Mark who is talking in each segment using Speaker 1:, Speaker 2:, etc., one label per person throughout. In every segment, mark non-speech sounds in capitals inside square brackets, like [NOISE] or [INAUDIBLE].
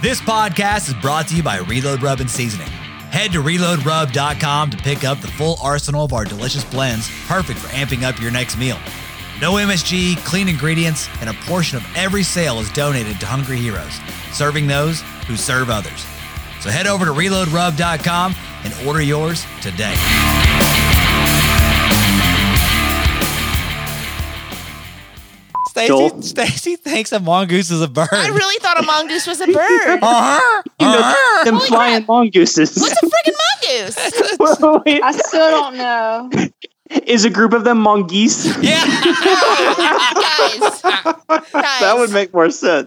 Speaker 1: This podcast is brought to you by Reload Rub and Seasoning. Head to reloadrub.com to pick up the full arsenal of our delicious blends, perfect for amping up your next meal. No MSG, clean ingredients, and a portion of every sale is donated to Hungry Heroes, serving those who serve others. So head over to reloadrub.com and order yours today. Stacy,
Speaker 2: Joel?
Speaker 1: Stacy thinks a mongoose is a bird.
Speaker 3: I really thought a mongoose was
Speaker 2: [LAUGHS]
Speaker 3: a bird.
Speaker 1: Uh-huh. Uh-huh.
Speaker 2: Them
Speaker 3: Holy
Speaker 2: flying mongooses. [LAUGHS]
Speaker 3: What's a friggin' mongoose?
Speaker 2: Whoa, wait.
Speaker 4: I still don't know.
Speaker 2: Is a group of them mongoose?
Speaker 1: [LAUGHS] Yeah.
Speaker 3: guys, guys.
Speaker 2: That would make more sense.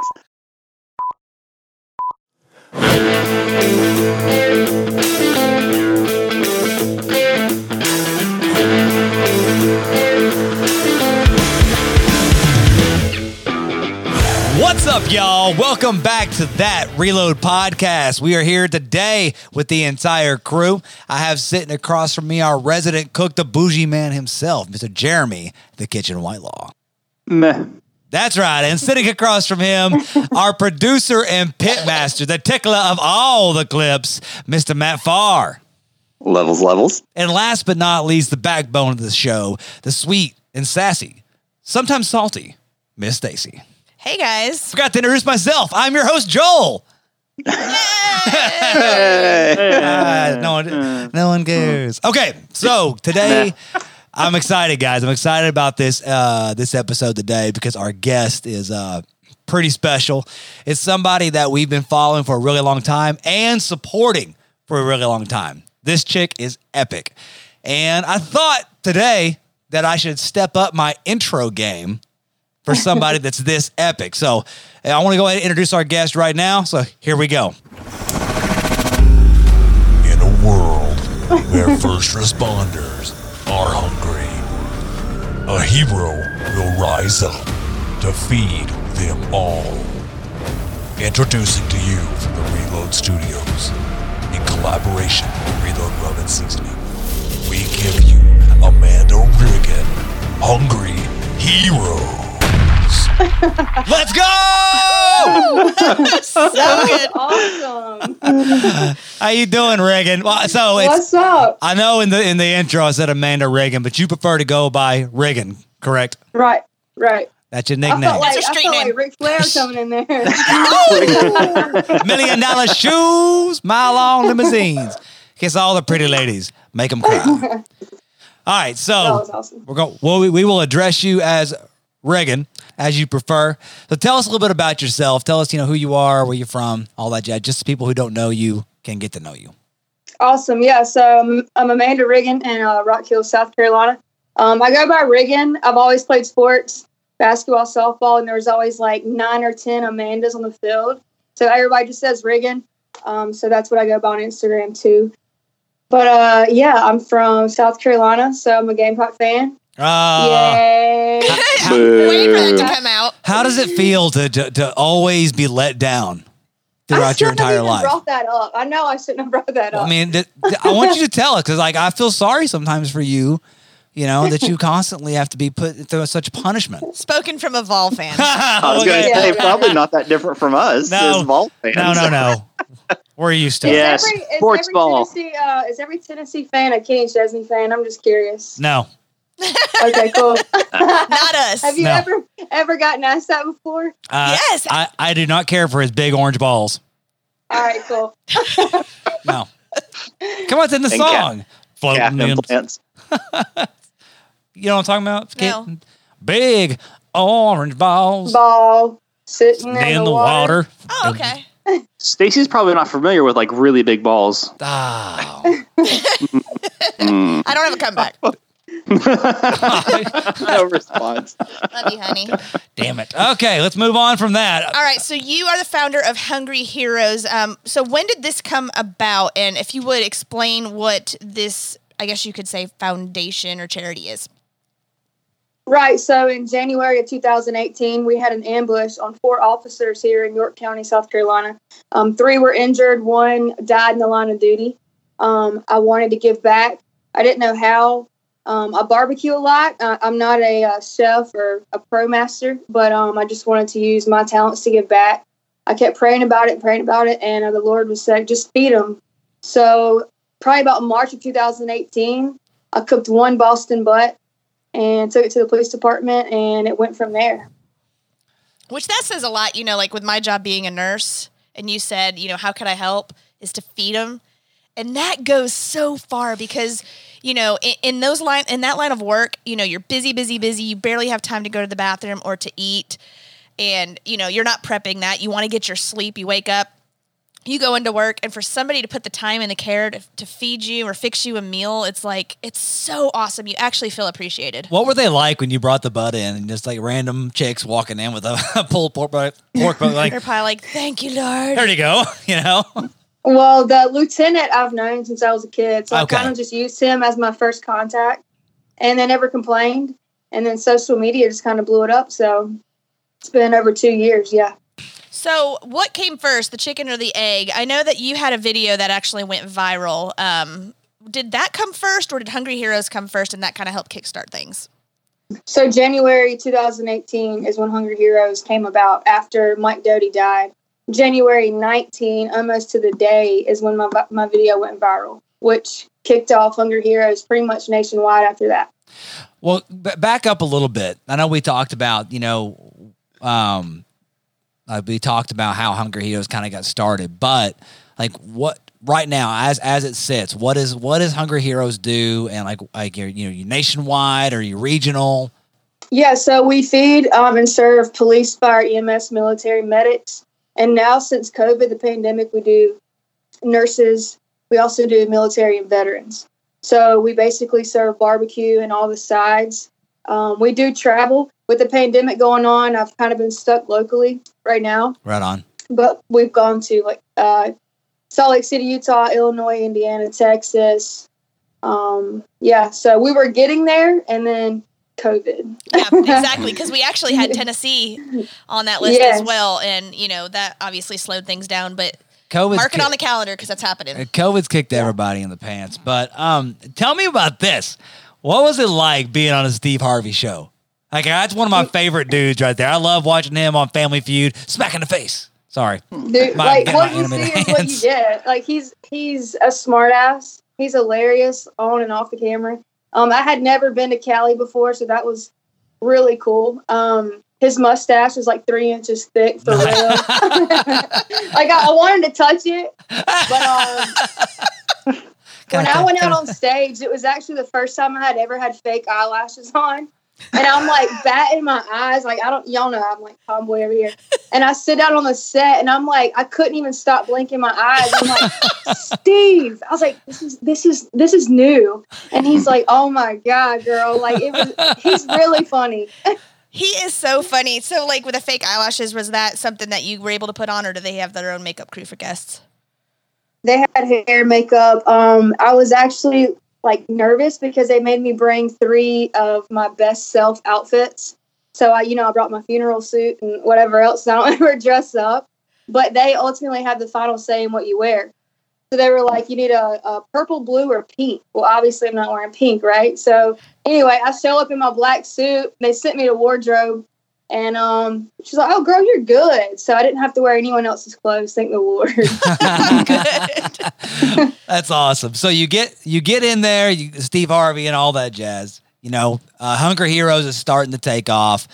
Speaker 1: What's up, y'all? Welcome back to that Reload podcast. We are here today with the entire crew. I have sitting across from me our resident cook, the bougie man himself, Mr. Jeremy, the kitchen Whitelaw.
Speaker 2: Meh.
Speaker 1: That's right. And sitting across from him, [LAUGHS] our producer and pitmaster, the tickler of all the clips, Mr. Matt Farr.
Speaker 2: Levels, levels.
Speaker 1: And last but not least, the backbone of the show, the sweet and sassy, sometimes salty, Miss Stacy.
Speaker 3: Hey guys.
Speaker 1: Forgot to introduce myself. I'm your host, Joel. [LAUGHS] Uh, no one, no one cares. Okay, so today I'm excited, guys. I'm excited about this uh, this episode today because our guest is uh, pretty special. It's somebody that we've been following for a really long time and supporting for a really long time. This chick is epic, and I thought today that I should step up my intro game for somebody that's this epic. So I want to go ahead and introduce our guest right now. So here we go.
Speaker 5: in a world where [LAUGHS] first responders are hungry. A hero will rise up to feed them all. Introducing to you from the Reload Studios, in collaboration with Reload Rub and Seasoning, we give you Amanda Riggin, Hungry Heroes.
Speaker 1: Let's go!
Speaker 4: That was awesome.
Speaker 1: How you doing, Reagan? Well, so it's
Speaker 4: What's up?
Speaker 1: I know in the in the intro I said Amanda Reagan, but you prefer to go by Reagan, correct?
Speaker 4: Right, right.
Speaker 1: That's your
Speaker 4: I
Speaker 1: nickname.
Speaker 4: felt like
Speaker 3: It's a
Speaker 4: I
Speaker 3: street
Speaker 4: felt
Speaker 3: name.
Speaker 4: like Ric Flair coming in there. [LAUGHS]
Speaker 1: Million dollar shoes, mile long limousines. Kiss all the pretty ladies, make them
Speaker 4: [LAUGHS]
Speaker 1: cry. All right, so
Speaker 4: That was awesome.
Speaker 1: We're going. Well, we, we will address you as Reagan, as you prefer. So tell us a little bit about yourself. Tell us, you know, who you are, where you're from, all that jazz. Just so people who don't know you can get to know you.
Speaker 4: Awesome. Yeah. So um, I'm Amanda Riggin in uh, Rock Hill, South Carolina. Um, I go by Riggin. I've always played sports, basketball, softball, and there was always like nine or ten Amandas on the field. So everybody just says Riggin. Um, so that's what I go by on Instagram too. But uh, yeah, I'm from South Carolina, so I'm a Gamecock fan. Ah.
Speaker 1: Uh,
Speaker 4: Yay!
Speaker 3: [LAUGHS] Waiting for that to come out.
Speaker 1: How does it feel to, to to always be let down throughout your
Speaker 4: shouldn't have
Speaker 1: entire
Speaker 4: even
Speaker 1: life?
Speaker 4: Brought that up. I know I shouldn't have brought that up.
Speaker 1: I mean, th- th- I want you to tell us because, like, I feel sorry sometimes for you. You know that
Speaker 2: [LAUGHS]
Speaker 1: you constantly have to be put through such punishment.
Speaker 3: Spoken from a Vol fan.
Speaker 2: I was going
Speaker 1: [LAUGHS]
Speaker 2: to
Speaker 1: Okay.
Speaker 2: say,
Speaker 4: Yeah.
Speaker 2: probably not that different from us
Speaker 1: No.
Speaker 2: as ball fans.
Speaker 1: No, no,
Speaker 2: [LAUGHS]
Speaker 1: no. We're used to it.
Speaker 2: Yeah. yes,
Speaker 4: Is every, is
Speaker 2: sports
Speaker 4: every
Speaker 2: ball.
Speaker 4: Tennessee, uh, is every Tennessee fan a Kenny Chesney fan? I'm just
Speaker 1: [LAUGHS]
Speaker 4: curious.
Speaker 1: No,
Speaker 4: Okay,
Speaker 1: [LAUGHS]
Speaker 4: cool.
Speaker 3: Not us.
Speaker 4: Have you
Speaker 1: No.
Speaker 4: ever ever gotten asked that before?
Speaker 1: uh,
Speaker 3: Yes.
Speaker 1: I, I do not care for his big orange balls.
Speaker 4: All right, cool.
Speaker 1: No. Come on, it's in the
Speaker 2: And cat-
Speaker 1: song. Floating
Speaker 2: Cap
Speaker 1: in,
Speaker 2: implants.
Speaker 1: you know what I'm talking about?
Speaker 3: No.
Speaker 1: Kitten? Big orange balls
Speaker 4: Ball sitting in,
Speaker 1: in the water.
Speaker 3: oh, okay.
Speaker 2: Stacy's probably not familiar with like really big balls.
Speaker 1: Oh.
Speaker 2: Mm.
Speaker 3: I don't have a comeback.
Speaker 2: [LAUGHS] no [LAUGHS] response.
Speaker 3: Love you, honey.
Speaker 1: Damn it. Okay, let's move on from that.
Speaker 3: All right. So you are the founder of Hungry Heroes. Um, so when did this come about? And if you would explain what this, I guess you could say, foundation or charity is.
Speaker 4: Right. So in January of 2018, we had an ambush on four officers here in York County, South Carolina. Um, three were injured, one died in the line of duty. Um, I wanted to give back. I didn't know how. Um, I barbecue a lot. Uh, I'm not a uh, chef or a pro master, but um, I just wanted to use my talents to give back. I kept praying about it, praying about it, and uh, the Lord was saying, just feed them. So probably about March of 2018, I cooked one Boston butt and took it to the police department, and it went from there.
Speaker 3: Which that says a lot, you know, like with my job being a nurse, and you said, you know, how can I help? Is to feed them. And that goes so far because, you know, in, in those line in that line of work, you know, you're busy, busy, busy. You barely have time to go to the bathroom or to eat. And, you know, you're not prepping that. You want to get your sleep. You wake up, you go into work, and for somebody to put the time and the care to, to feed you or fix you a meal, it's like, it's so awesome. You actually feel appreciated.
Speaker 1: What were they like when you brought the butt in and just like random chicks walking in with a [LAUGHS] pulled pork butt, pork butt like
Speaker 3: [LAUGHS] They're probably like, thank you, Lord.
Speaker 1: there you go, [LAUGHS] you know?
Speaker 4: Well, the lieutenant I've known since I was a kid, so
Speaker 1: Okay.
Speaker 4: I kind of just used him as my first contact, and they never complained. And then social media just kind of blew it up, so it's been over two years. Yeah,
Speaker 3: So, what came first, the chicken or the egg? I know that you had a video that actually went viral. Um, did that come first, or did Hungry Heroes come first, and that kind of helped kickstart things?
Speaker 4: So January 2018 is when Hungry Heroes came about after Mike Doty died. January 19, almost to the day, is when my my video went viral, which kicked off Hungry Heroes pretty much nationwide after that.
Speaker 1: Well, b- back up a little bit. I know we talked about, you know, um, uh, we talked about how Hunger Heroes kind of got started, but like what right now as as it sits, what is what does Hunger Heroes do? And like like you're, you know, you nationwide or you regional?
Speaker 4: Yeah, so we feed um, and serve police, fire, EMS, military, medics, and now since COVID, the pandemic, we do nurses. We also do military and veterans. So we basically serve barbecue and all the sides. Um, we do travel. With the pandemic going on, I've kind of been stuck locally right now,
Speaker 1: Right on.
Speaker 4: but we've gone to like uh, Salt Lake City, Utah, Illinois, Indiana, Texas. Um, yeah, so we were getting there, and then COVID.
Speaker 3: Yeah, exactly. Because we actually had Tennessee on that list
Speaker 4: Yes.
Speaker 3: as well, and you know that obviously slowed things down. But
Speaker 1: COVID's
Speaker 3: mark it
Speaker 1: ki-
Speaker 3: on the calendar because that's happening.
Speaker 1: Uh, COVID's kicked everybody in the pants. But um, tell me about this. What was it like being on a Steve Harvey show? Like that's one of my favorite dudes right there. I love watching him on Family Feud. Smack in the face. Sorry.
Speaker 4: Dude,
Speaker 1: My-
Speaker 4: like
Speaker 1: my
Speaker 4: what you see
Speaker 1: animated
Speaker 4: is what you
Speaker 1: hands.
Speaker 4: get. Like he's he's a smartass. He's hilarious on and off the camera. Um, I had never been to Cali before, so that was really cool. Um, his mustache is like three inches thick for real. [LAUGHS] like I, I wanted to touch it, but um, when I went out on stage, it was actually the first time I had ever had fake eyelashes on. And I'm like batting my eyes, like I don't y'all know I'm like tomboy over here. And I sit down on the set and I'm like, I couldn't even stop blinking my eyes. I'm like, Steve. I was like, this is this is this is new. And he's like, Oh my God, girl. Like it was he's really funny.
Speaker 3: He is so funny. So, like with the fake eyelashes, was that something that you were able to put on, or do they have their own makeup crew for
Speaker 1: [LAUGHS]
Speaker 3: guests?
Speaker 4: They had hair makeup. Um, I was actually like nervous because they made me bring three of my best self outfits. So I, you know, I brought my funeral suit and whatever else. And I don't [LAUGHS] ever dress up, but they ultimately had the final say in what you wear. So they were like, you need a, a purple, blue, or pink. Well, obviously, I'm not wearing pink, right? So anyway, I show up in my black suit. They sent me to wardrobe, and um, she's like, "Oh, girl, you're good." So I didn't have to wear anyone else's clothes. Thank the [LAUGHS] Lord.
Speaker 1: [LAUGHS]
Speaker 3: [LAUGHS]
Speaker 1: That's awesome. So you get you get in there, you, Steve Harvey and all that jazz. You know, uh, Hunger Heroes is starting to take off,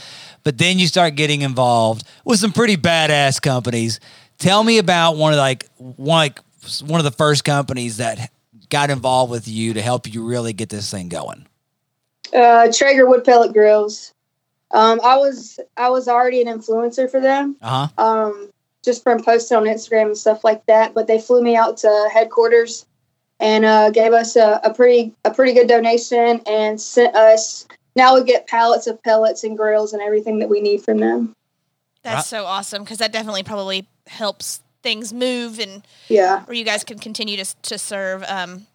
Speaker 1: but then you start getting involved with some pretty badass companies. Tell me about one of like one like one of the first companies that got involved with you to help you really get this thing going.
Speaker 4: uh, Traeger wood pellet grills. Um, I was I was already an influencer for them,
Speaker 1: Uh huh.
Speaker 4: um, just from posting on Instagram and stuff like that. But they flew me out to headquarters and uh, gave us a, a pretty a pretty good donation and sent us. Now we get pallets of pellets and grills and everything that we need from them.
Speaker 1: Right.
Speaker 3: That's so awesome because that definitely probably helps things move and
Speaker 4: Yeah,
Speaker 3: where you guys can continue to to serve. Um,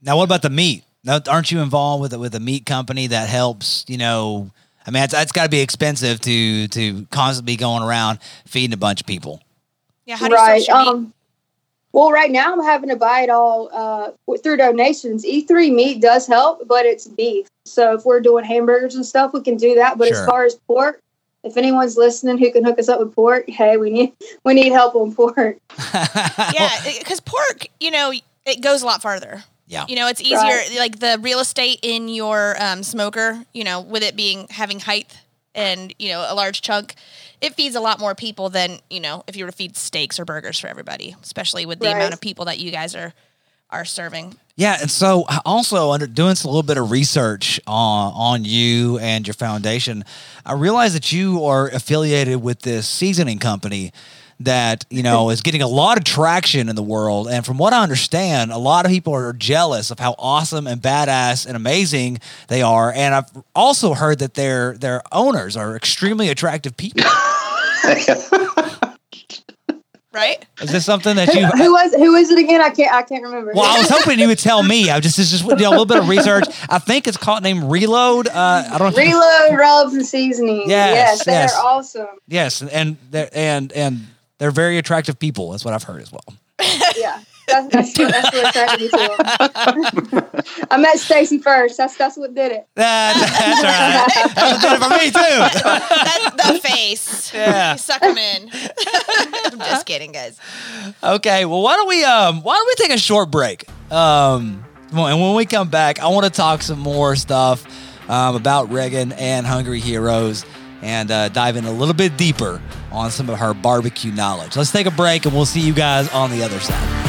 Speaker 1: Now, what about the meat? Now, aren't you involved with with a meat company that helps? You know, I mean, it's, it's got to be expensive to to constantly be going around feeding a bunch of people. [LAUGHS]
Speaker 3: yeah, how do you
Speaker 4: right.
Speaker 3: source your meat?
Speaker 4: Um, well, right now I'm having to buy it all uh, with- through donations. E3 meat does help, but it's beef. So if we're doing hamburgers and stuff, we can do that. But
Speaker 1: Sure.
Speaker 4: as far as pork, if anyone's listening who can hook us up with pork, hey, we need [LAUGHS] we need help on
Speaker 1: [LAUGHS]
Speaker 4: pork.
Speaker 3: Yeah, because pork, you know, it goes a lot farther.
Speaker 1: Yeah.
Speaker 3: You know, it's easier.
Speaker 4: Right.
Speaker 3: Like the real estate in your um, smoker, you know, with it being having height and you know a large chunk, it feeds a lot more people than you know if you were to feed steaks or burgers for everybody, especially with the
Speaker 4: Right.
Speaker 3: amount of people that you guys are are serving.
Speaker 1: Yeah, and so I also under doing a little bit of research on on you and your foundation, I realized that you are affiliated with this seasoning company that you know is getting a lot of traction in the world. And from what I understand, a lot of people are jealous of how awesome and badass and amazing they are. And I've also heard that their their owners are extremely attractive people.
Speaker 3: Right? [LAUGHS]
Speaker 1: Is this something that
Speaker 4: Who,
Speaker 1: you?
Speaker 4: who was who is it again? I can't I can't remember.
Speaker 1: [LAUGHS] Well, I was hoping you would tell me. I just, it's just you know, a little bit of research. I think it's called name Reload. Uh, I don't. know if you-
Speaker 4: [LAUGHS] Reload rubs and seasonings.
Speaker 1: Yes,
Speaker 4: Yes, they're
Speaker 1: yes.
Speaker 4: awesome.
Speaker 1: Yes, and they're and and they're very attractive people. That's what I've heard as well.
Speaker 4: Yeah. That's, that's, what- that's what attracted me to
Speaker 1: [LAUGHS]
Speaker 4: them. [LAUGHS] I met Stacy first. That's that's what did it.
Speaker 1: That- that's all right. That's good for me too. [LAUGHS]
Speaker 3: That's the face.
Speaker 1: Yeah.
Speaker 3: You suck them in. [LAUGHS] I'm just kidding, guys.
Speaker 1: Okay. Well, why don't we um why don't we take a short break? Um, well, and when we come back, I want to talk some more stuff um, about Regan and Hungry Heroes and uh, dive in a little bit deeper on some of her barbecue knowledge. Let's take a break, and we'll see you guys on the other side.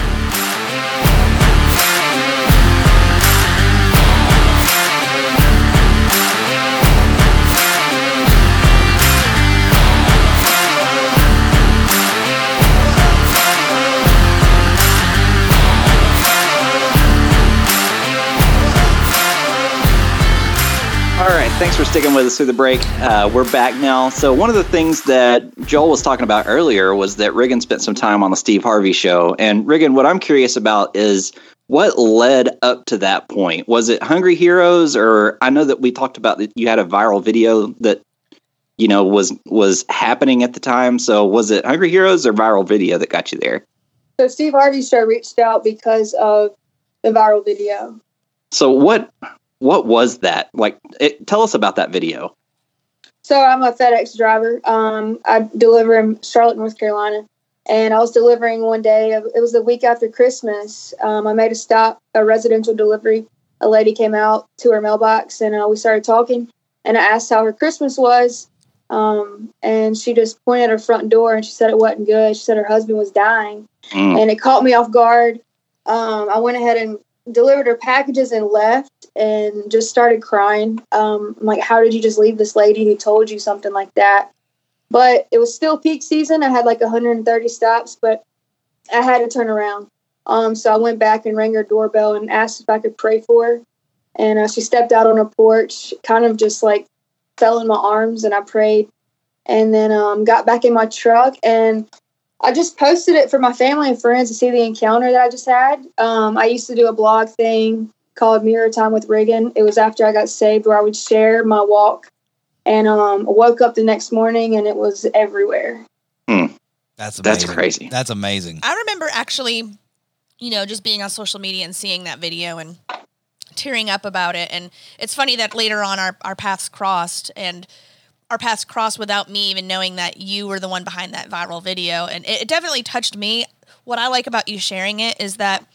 Speaker 2: All right, thanks for sticking with us through the break. Uh, we're back now. So one of the things that Joel was talking about earlier was that Riggin spent some time on the Steve Harvey show. And Riggin, what I'm curious about is what led up to that point. Was it Hungry Heroes, or I know that we talked about that you had a viral video that you know was was happening at the time. So was it Hungry Heroes or viral video that got you there?
Speaker 4: So Steve Harvey show reached out because of the viral video.
Speaker 2: So what what was that like? It, tell us about that video.
Speaker 4: So I'm a FedEx driver. Um, I deliver in Charlotte, North Carolina, and I was delivering one day. It was the week after Christmas. Um, I made a stop, a residential delivery. A lady came out to her mailbox, and uh, we started talking. And I asked how her Christmas was, um, and she just pointed at her front door and she said it wasn't good. She said her husband was dying,
Speaker 2: Mm.
Speaker 4: and it caught me off guard. Um, I went ahead and delivered her packages and left and just started crying. Um, I'm like, how did you just leave this lady who told you something like that? But it was still peak season. I had like 130 stops, but I had to turn around. Um, so I went back and rang her doorbell and asked if I could pray for her. And uh, she stepped out on her porch, kind of just like fell in my arms, and I prayed. And then um, got back in my truck and I just posted it for my family and friends to see the encounter that I just had. Um, I used to do a blog thing called Mirror Time with Reagan. It was after I got saved where I would share my walk. And um, I woke up the next morning and it was everywhere.
Speaker 1: That's
Speaker 2: That's
Speaker 1: amazing.
Speaker 2: crazy.
Speaker 1: That's amazing.
Speaker 3: I remember actually, you know, just being on social media and seeing that video and tearing up about it. And it's funny that later on our, our paths crossed and our paths crossed without me even knowing that you were the one behind that viral video. And it, it definitely touched me. What I like about you sharing it is that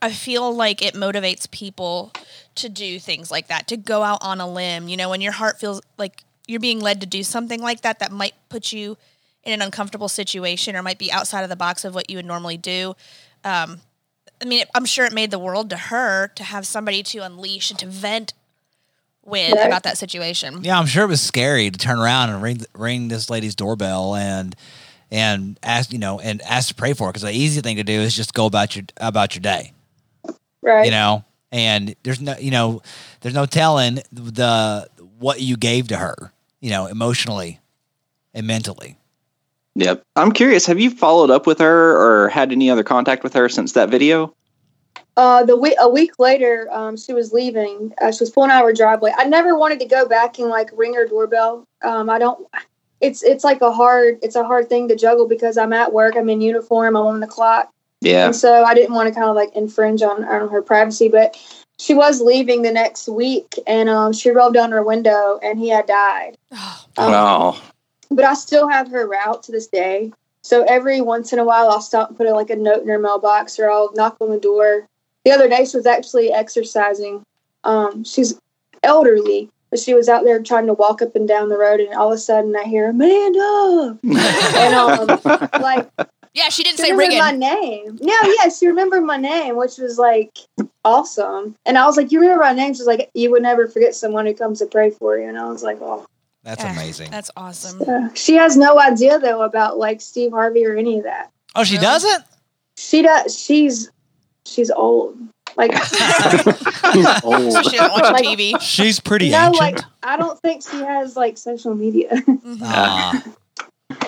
Speaker 3: I feel like it motivates people to do things like that, to go out on a limb. You know, when your heart feels like you're being led to do something like that, that might put you in an uncomfortable situation or might be outside of the box of what you would normally do. Um, I mean, I'm sure it made the world to her to have somebody to unleash and to vent with
Speaker 4: Right.
Speaker 3: about that situation.
Speaker 1: Yeah, I'm sure it was scary to turn around and ring ring this lady's doorbell and and ask you know and ask to pray for because the easy thing to do is just go about your about your day,
Speaker 4: Right.
Speaker 1: you know. And there's no you know there's no telling the what you gave to her, you know, emotionally and mentally.
Speaker 2: Yep. I'm curious, have you followed up with her or had any other contact with her since that video?
Speaker 4: Uh, the week a week later, um, she was leaving. Uh, she was pulling out of her driveway. I never wanted to go back and like ring her doorbell. Um, I don't. It's it's like a hard it's a hard thing to juggle because I'm at work. I'm in uniform. I'm on the clock.
Speaker 2: Yeah.
Speaker 4: And so I didn't want to kind of like infringe on, on her privacy, but she was leaving the next week and um, she rolled down her window and he had died. Um,
Speaker 2: Wow.
Speaker 4: but I still have her route to this day. So every once in a while, I'll stop and put like a note in her mailbox, or I'll knock on the door. The other day, she was actually exercising. Um, she's elderly, but she was out there trying to walk up and down the road, and all of a sudden, I hear Amanda,
Speaker 2: [LAUGHS]
Speaker 4: and um, like
Speaker 3: [SIGHS] Yeah, she didn't
Speaker 4: she
Speaker 3: say
Speaker 4: remembered
Speaker 3: Reagan.
Speaker 4: my name. No, yeah, she remembered my name, which was like awesome. And I was like, "You remember my name?" She's like, "You would never forget someone who comes to pray for you." And I was like, "Oh."
Speaker 1: That's
Speaker 3: Ah,
Speaker 1: amazing.
Speaker 3: That's awesome.
Speaker 4: She has no idea though about like Steve Harvey or any of that.
Speaker 1: oh, she
Speaker 3: Really?
Speaker 1: doesn't?
Speaker 4: She does. She's she's old. Like
Speaker 3: [LAUGHS]
Speaker 2: old.
Speaker 3: So she doesn't watch
Speaker 4: Like-
Speaker 1: [LAUGHS]
Speaker 3: TV.
Speaker 1: She's pretty
Speaker 4: no,
Speaker 1: ancient.
Speaker 4: like I don't think she has like social media. [LAUGHS]
Speaker 3: Mhm.
Speaker 1: Ah,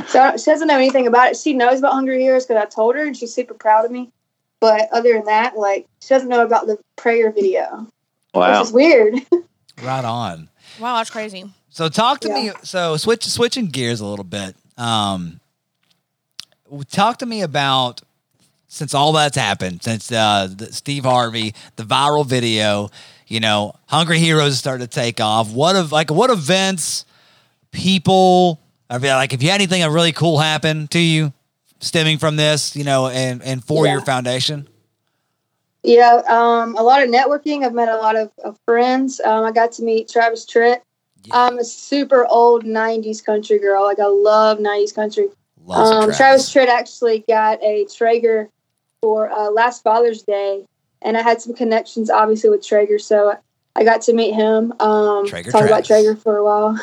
Speaker 4: so I don't- she doesn't know anything about it. She knows about Hungry Heroes because I told her, and she's super proud of me. But other than that, like she doesn't know about the prayer video,
Speaker 2: Wow.
Speaker 4: which is weird.
Speaker 1: right on.
Speaker 3: Wow, that's crazy.
Speaker 1: So talk to
Speaker 4: Yeah.
Speaker 1: me. So switch switching gears a little bit. Um, w- talk to me about since all that's happened since uh, the Steve Harvey, the viral video. You know, Hungry Heroes started to take off. What of like what events, people? I mean, like if you had anything that really cool happen to you, stemming from this, you know, and and for
Speaker 4: Yeah.
Speaker 1: your foundation.
Speaker 4: Yeah, um, a lot of networking. I've met a lot of, of friends. Um, I got to meet Travis Tritt.
Speaker 1: Yeah.
Speaker 4: I'm a super old '90s country girl. Like I love '90s country.
Speaker 1: Lots of
Speaker 4: um,
Speaker 1: Travis.
Speaker 4: Travis Tritt actually got a Traeger for uh, last Father's Day, and I had some connections obviously with Traeger, so I got to meet him. Um,
Speaker 1: Traeger
Speaker 4: talk about
Speaker 1: Travis.
Speaker 4: Traeger for a while.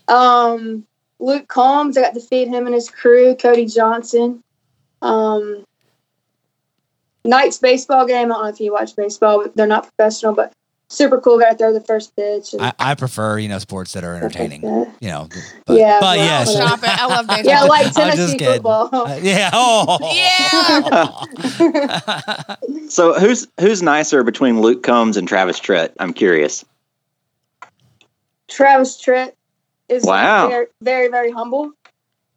Speaker 4: [LAUGHS] um, Luke Combs, I got to feed him and his crew. Cody Johnson. Um, Knights baseball game. I don't know if you watch baseball, but they're not professional, but super cool. Got to throw the first pitch. And
Speaker 1: I, I prefer you know sports that are
Speaker 4: stuff like
Speaker 1: entertaining.
Speaker 4: that.
Speaker 1: You know, but,
Speaker 4: Yeah,
Speaker 1: but
Speaker 4: well,
Speaker 1: yes,
Speaker 4: whatever.
Speaker 3: Stop it. I
Speaker 4: [LAUGHS]
Speaker 3: love baseball.
Speaker 1: [LAUGHS]
Speaker 4: Yeah, like
Speaker 1: I'm just
Speaker 4: Tennessee
Speaker 1: kidding.
Speaker 4: football.
Speaker 1: Uh, yeah. [LAUGHS] Oh. yeah.
Speaker 2: So who's who's nicer between Luke Combs and Travis Tritt? I'm curious.
Speaker 4: Travis Tritt is
Speaker 2: Wow.
Speaker 4: very, very, very humble.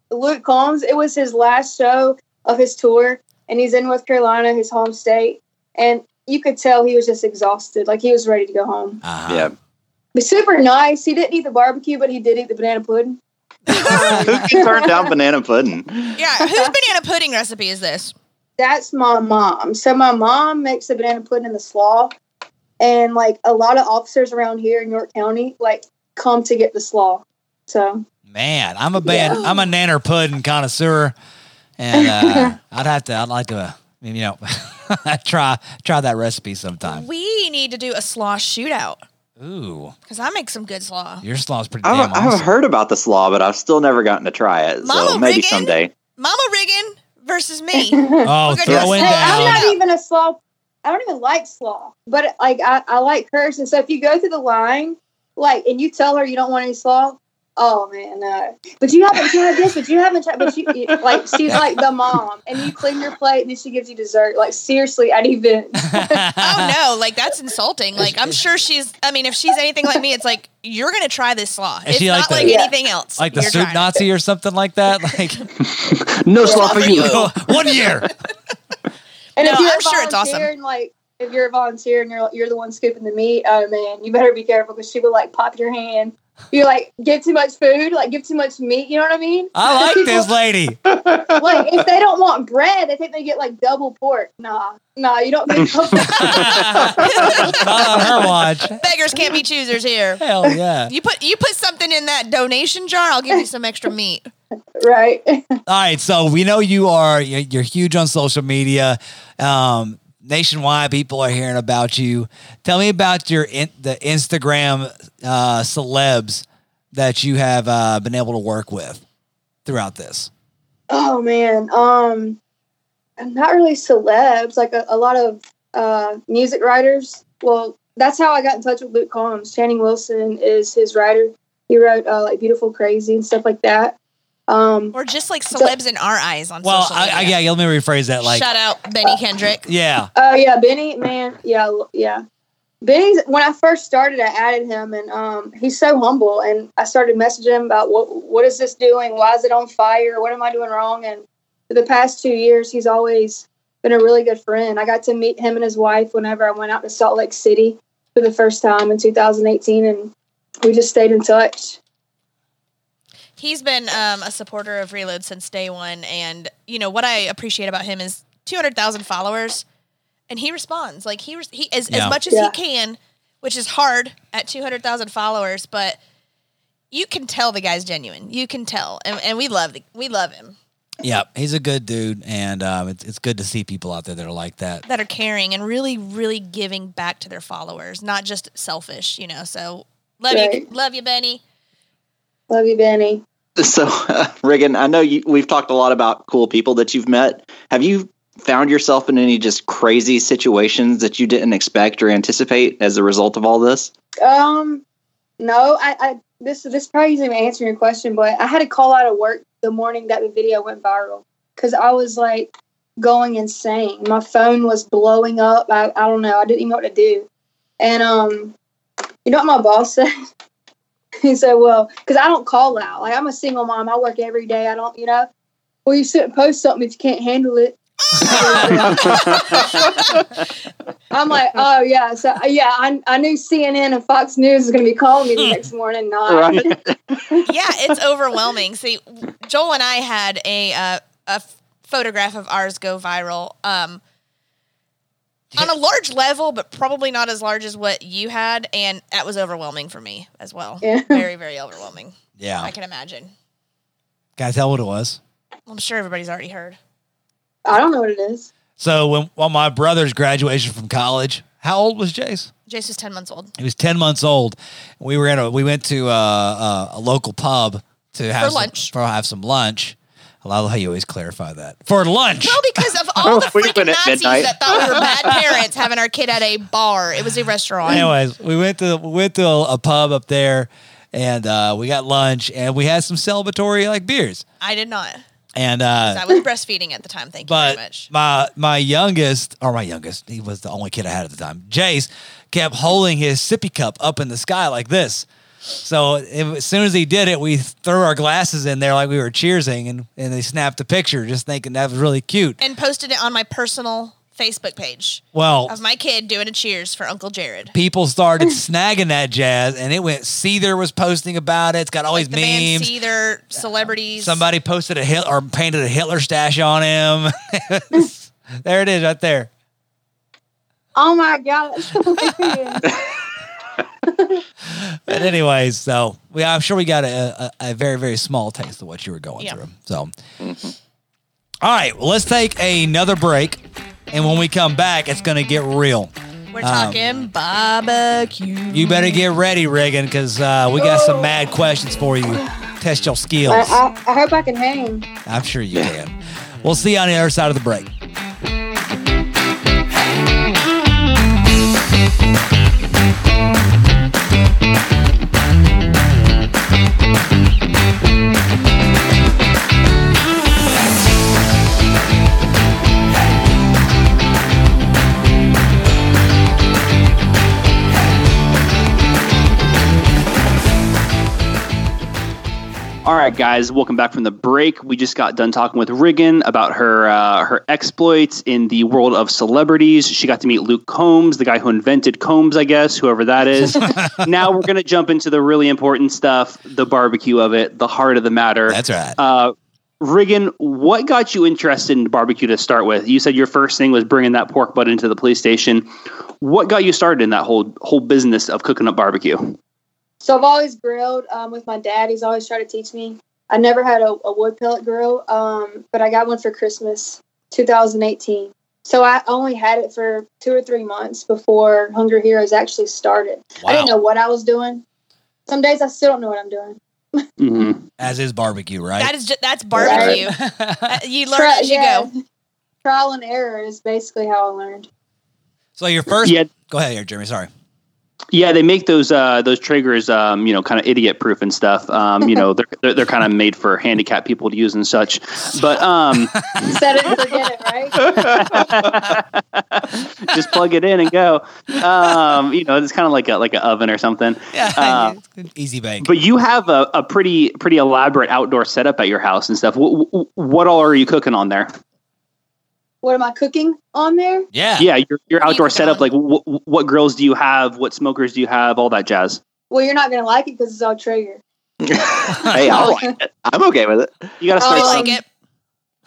Speaker 4: Luke Combs, it was his last show of his tour, and he's in North Carolina, his home state. And you could tell he was just exhausted, like he was ready to go home.
Speaker 1: Uh,
Speaker 2: Yeah.
Speaker 4: But super nice. He didn't eat the barbecue, but he did eat the banana pudding.
Speaker 2: Who can turn down banana [LAUGHS] pudding?
Speaker 4: [LAUGHS]
Speaker 3: Yeah, whose banana pudding recipe is this?
Speaker 4: That's my mom. So my mom makes the banana pudding and the slaw, and like a lot of officers around here in York County, like come to get the slaw. So [LAUGHS]
Speaker 1: Man, I'm a ban. I'm a nanner pudding connoisseur, and
Speaker 4: [LAUGHS]
Speaker 1: uh, I'd have to. I'd like to. Uh, you know, [LAUGHS] try try that recipe sometime.
Speaker 3: We need to do a slaw shootout
Speaker 1: Ooh,
Speaker 3: because I make some good slaw.
Speaker 1: your slaw's pretty
Speaker 2: I've,
Speaker 1: damn
Speaker 2: I've
Speaker 1: awesome.
Speaker 2: heard about the slaw, but I've still never gotten to try it.
Speaker 3: Mama
Speaker 2: so maybe
Speaker 3: Reagan?
Speaker 2: someday.
Speaker 3: Mama Riggin versus me.
Speaker 1: [LAUGHS] Oh,
Speaker 3: We're gonna
Speaker 1: throwing
Speaker 4: Hey, I'm
Speaker 1: down.
Speaker 4: not even a slaw. I don't even like slaw, but like I, I like hers. And so if you go through the line, like, and you tell her you don't want any slaw, oh man, no. But you haven't tried this, but you haven't tried, but you, you- like, she's like the mom, and you clean your plate, and then she gives you dessert. Like, seriously, at events.
Speaker 1: [LAUGHS]
Speaker 3: oh no, like that's insulting. Like I'm sure she's. I mean, if she's anything like me, it's like you're gonna try this slaw.
Speaker 1: Is
Speaker 3: It's
Speaker 1: she
Speaker 3: not
Speaker 1: like the-
Speaker 3: like
Speaker 4: Yeah.
Speaker 3: anything else.
Speaker 1: Like the
Speaker 3: you're
Speaker 1: soup
Speaker 3: trying.
Speaker 1: Nazi or something like that. Like
Speaker 3: [LAUGHS]
Speaker 2: No
Speaker 1: [LAUGHS]
Speaker 2: slaw for you.
Speaker 1: one year.
Speaker 4: And
Speaker 3: No,
Speaker 4: if you're
Speaker 3: I'm
Speaker 4: a
Speaker 3: sure it's
Speaker 4: volunteer
Speaker 3: awesome.
Speaker 4: And, like, if you're a volunteer and you're you're the one scooping the meat, oh man, you better be careful because she will like pop your hand. You like give too much food, like give too much meat. You know what I mean?
Speaker 1: I
Speaker 4: [LAUGHS]
Speaker 1: like
Speaker 4: People-
Speaker 1: this lady. [LAUGHS]
Speaker 4: like if they don't want bread, I think they get like double pork. Nah, nah, you don't get double
Speaker 1: [LAUGHS] Not on her watch.
Speaker 3: [LAUGHS] beggars can't be choosers here.
Speaker 1: Hell yeah.
Speaker 3: You put you put something in that donation jar. I'll give you some extra meat.
Speaker 4: right.
Speaker 1: [LAUGHS] All right, so we know you are you're, you're huge on social media. Um, nationwide, people are hearing about you. Tell me about your in, the Instagram uh, celebs that you have uh, been able to work with throughout this.
Speaker 4: oh man, um, I'm not really celebs. Like a, a lot of uh, music writers. Well, that's how I got in touch with Luke Combs. Channing Wilson is his writer. He wrote uh, like "Beautiful Crazy" and stuff like that. Um,
Speaker 3: Or just like celebs in our eyes on
Speaker 1: Well,
Speaker 3: social
Speaker 1: I,
Speaker 3: media.
Speaker 1: I, yeah, let me rephrase that. Like,
Speaker 3: Shout out Benny Kendrick.
Speaker 1: yeah,
Speaker 4: Oh yeah, Benny, man, yeah, l- yeah. Benny's when I first started, I added him, and um, he's so humble. And I started messaging him about what what is this doing? Why is it on fire? What am I doing wrong? And for the past two years, he's always been a really good friend. I got to meet him and his wife whenever I went out to Salt Lake City for the first time in 2018, and we just stayed in touch.
Speaker 3: he's been um, a supporter of Reload since day one, and you know what I appreciate about him is 200,000 followers, and he responds like he res- he as,
Speaker 1: Yeah.
Speaker 3: as much as
Speaker 4: Yeah.
Speaker 3: he can, which is hard at 200,000 followers, but you can tell the guy's genuine. You can tell, and, and we love the, we love him
Speaker 1: Yeah, he's a good dude, and um, it's it's good to see people out there that are like that.
Speaker 3: that are caring and really really giving back to their followers, not just selfish. You know, so love you,
Speaker 4: Right.
Speaker 3: love you, Benny.
Speaker 4: Love you, Benny.
Speaker 6: So, [LAUGHS] uh, Reagan, I know you, we've talked a lot about cool people that you've met. Have you found yourself in any just crazy situations that you didn't expect or anticipate as a result of all this?
Speaker 4: Um, no, I, I this this probably isn't even answering your question, but I had to call out of work the morning that the video went viral because I was like going insane. My phone was blowing up. I, I don't know. I didn't even know what to do. And um, you know what my boss [LAUGHS] said? he said, "Well, because I don't call out. Like I'm a single mom. I work every day. I don't, you know. Well, you shouldn't post something if you can't handle it." I'm like, oh yeah, so yeah, I, I knew CNN and Fox News was going to be calling me the next morning. Not
Speaker 6: Right.
Speaker 3: yeah, it's overwhelming. See, Joel and I had a uh, a f- photograph of ours go viral um, on a large level, but probably not as large as what you had, and that was overwhelming for me as well.
Speaker 4: Yeah.
Speaker 3: Very, very overwhelming. I
Speaker 1: Yeah,
Speaker 3: can imagine.
Speaker 1: can I tell what it was?
Speaker 3: I'm sure everybody's already heard.
Speaker 4: I don't know what it is.
Speaker 1: So when on my brother's graduation from college, how old was Jace?
Speaker 3: Jace was 10 months old
Speaker 1: He was ten months old. We were in a we went to uh, uh, a local pub to have some-
Speaker 3: lunch.
Speaker 1: for have some lunch. I love how you always clarify that for lunch.
Speaker 3: Well, because of all the freaking
Speaker 6: Sleeping at
Speaker 3: Nazis
Speaker 6: midnight.
Speaker 3: that thought we were bad parents having our kid at a bar. It was a restaurant.
Speaker 1: Anyways, we went to we went to a, a pub up there, and uh, we got lunch, and we had some celebratory like beers.
Speaker 3: I did not.
Speaker 1: And uh,
Speaker 3: I was breastfeeding at the time. Thank you
Speaker 1: but
Speaker 3: very much.
Speaker 1: my my youngest or my youngest, he was the only kid I had at the time. Jace kept holding his sippy cup up in the sky like this. So it, as soon as he did it, we threw our glasses in there like we were cheersing, and and they snapped a picture, just thinking that was really cute.
Speaker 3: and posted it on my personal Facebook page
Speaker 1: Well,
Speaker 3: of my kid doing a cheers for Uncle Jared.
Speaker 1: people
Speaker 3: [LAUGHS]
Speaker 1: started snagging that jazz, and it went. Seether was posting about it. It's got all these
Speaker 3: Like the band
Speaker 1: memes.
Speaker 3: see their celebrities.
Speaker 1: Somebody posted a hit or painted a Hitler stash on him. [LAUGHS] there it is, right there.
Speaker 4: Oh my god,
Speaker 3: [LAUGHS]
Speaker 4: [LAUGHS] that's hilarious.
Speaker 1: But anyways, so we, I'm sure we got a, a, a very, very small taste of what you were going
Speaker 3: Yeah.
Speaker 1: through. So, All right, well, let's take another break, and when we come back, it's going to get real.
Speaker 3: We're talking barbecue.
Speaker 1: Um, You better get ready, Reagan, because uh, we got some mad questions for you. Test your skills.
Speaker 4: I, I, I hope I can hang.
Speaker 1: I'm sure you can. We'll see you on the other side of the break.
Speaker 2: All right, guys, welcome back from the break. We just got done talking with Riggin about her uh, her exploits in the world of celebrities. She got to meet Luke Combs, the guy who invented Combs, I guess, whoever
Speaker 1: [LAUGHS]
Speaker 2: that is. now we're gonna jump into the really important stuff: the barbecue of it, the heart of the matter.
Speaker 1: That's right.
Speaker 2: Uh, Riggin, what got you interested in barbecue to start with? You said your first thing was bringing that pork butt into the police station. What got you started in that whole whole business of cooking up barbecue?
Speaker 4: So I've always grilled um, with my dad. He's always tried to teach me. I never had a, a wood pellet grill, um, but I got one for Christmas 2018. So I only had it for two or three months before Hunger Heroes actually started. I didn't
Speaker 1: Wow.
Speaker 4: know what I was doing. Some days I still don't know what I'm doing.
Speaker 2: hmm
Speaker 1: As is barbecue, right?
Speaker 3: That is just, that's barbecue. Uh, you learn
Speaker 4: Tri-
Speaker 3: as you
Speaker 4: yeah.
Speaker 3: go.
Speaker 4: [LAUGHS] Trial and error is basically how I learned.
Speaker 1: [LAUGHS] so your first.
Speaker 2: Yeah.
Speaker 1: Go ahead, here, Jeremy. Sorry.
Speaker 2: Yeah, they make those uh, those triggers, um, you know, kind of idiot proof and stuff. Um, you know, they're they're, they're kind of made for handicapped people to use and such. But um, [LAUGHS]
Speaker 4: Set it and forget it,
Speaker 3: [LAUGHS]
Speaker 4: right?
Speaker 2: just plug it in and go. Um, you know, it's kind of like a like an oven or something. Uh,
Speaker 1: [LAUGHS] Easy bank.
Speaker 2: but you have a, a pretty pretty elaborate outdoor setup at your house and stuff. What, what all are you cooking on there?
Speaker 4: What am I cooking on there?
Speaker 1: Yeah.
Speaker 2: Yeah, your your
Speaker 3: What are you
Speaker 2: outdoor
Speaker 3: cooking
Speaker 2: setup.
Speaker 4: um,
Speaker 3: on?
Speaker 2: Like, wh- wh- what grills do you have? What smokers do you have? All that jazz.
Speaker 4: Well, you're not going to like it because it's all Traeger.
Speaker 1: [LAUGHS]
Speaker 2: hey, I'll,
Speaker 4: [LAUGHS]
Speaker 2: I'm okay with it.
Speaker 7: You gotta
Speaker 3: I
Speaker 7: start.
Speaker 4: Oh,
Speaker 7: something.
Speaker 3: like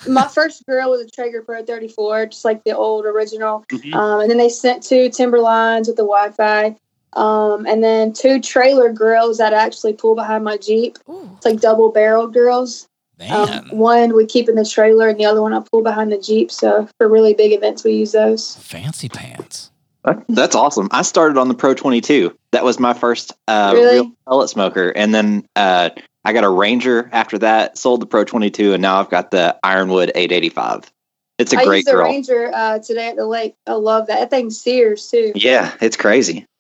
Speaker 3: it.
Speaker 4: my first grill was a Traeger Pro 34, just like the old original.
Speaker 2: Mm-hmm.
Speaker 7: Mhm.
Speaker 4: Um, and then they sent two Timberlines with the Wi-Fi, um, and then two trailer grills that I actually pull behind my Jeep.
Speaker 3: Ooh.
Speaker 4: It's like double barrel grills. Um,
Speaker 1: Damn.
Speaker 4: one we keep in the trailer, and the other one I pull behind the Jeep. So for really big events, we use those.
Speaker 1: Fancy pants.
Speaker 2: That- That's awesome. I started on the Pro 22. That was my first uh,
Speaker 4: Really?
Speaker 2: real pellet smoker, and then uh, I got a Ranger after that. Sold the Pro 22, and now I've got the Ironwood 885. It's a
Speaker 4: I
Speaker 2: great
Speaker 4: used the
Speaker 2: grill.
Speaker 4: Ranger uh, today at the lake. I love that. That thing sears too.
Speaker 2: Yeah, it's
Speaker 4: [LAUGHS]
Speaker 2: crazy. [LAUGHS]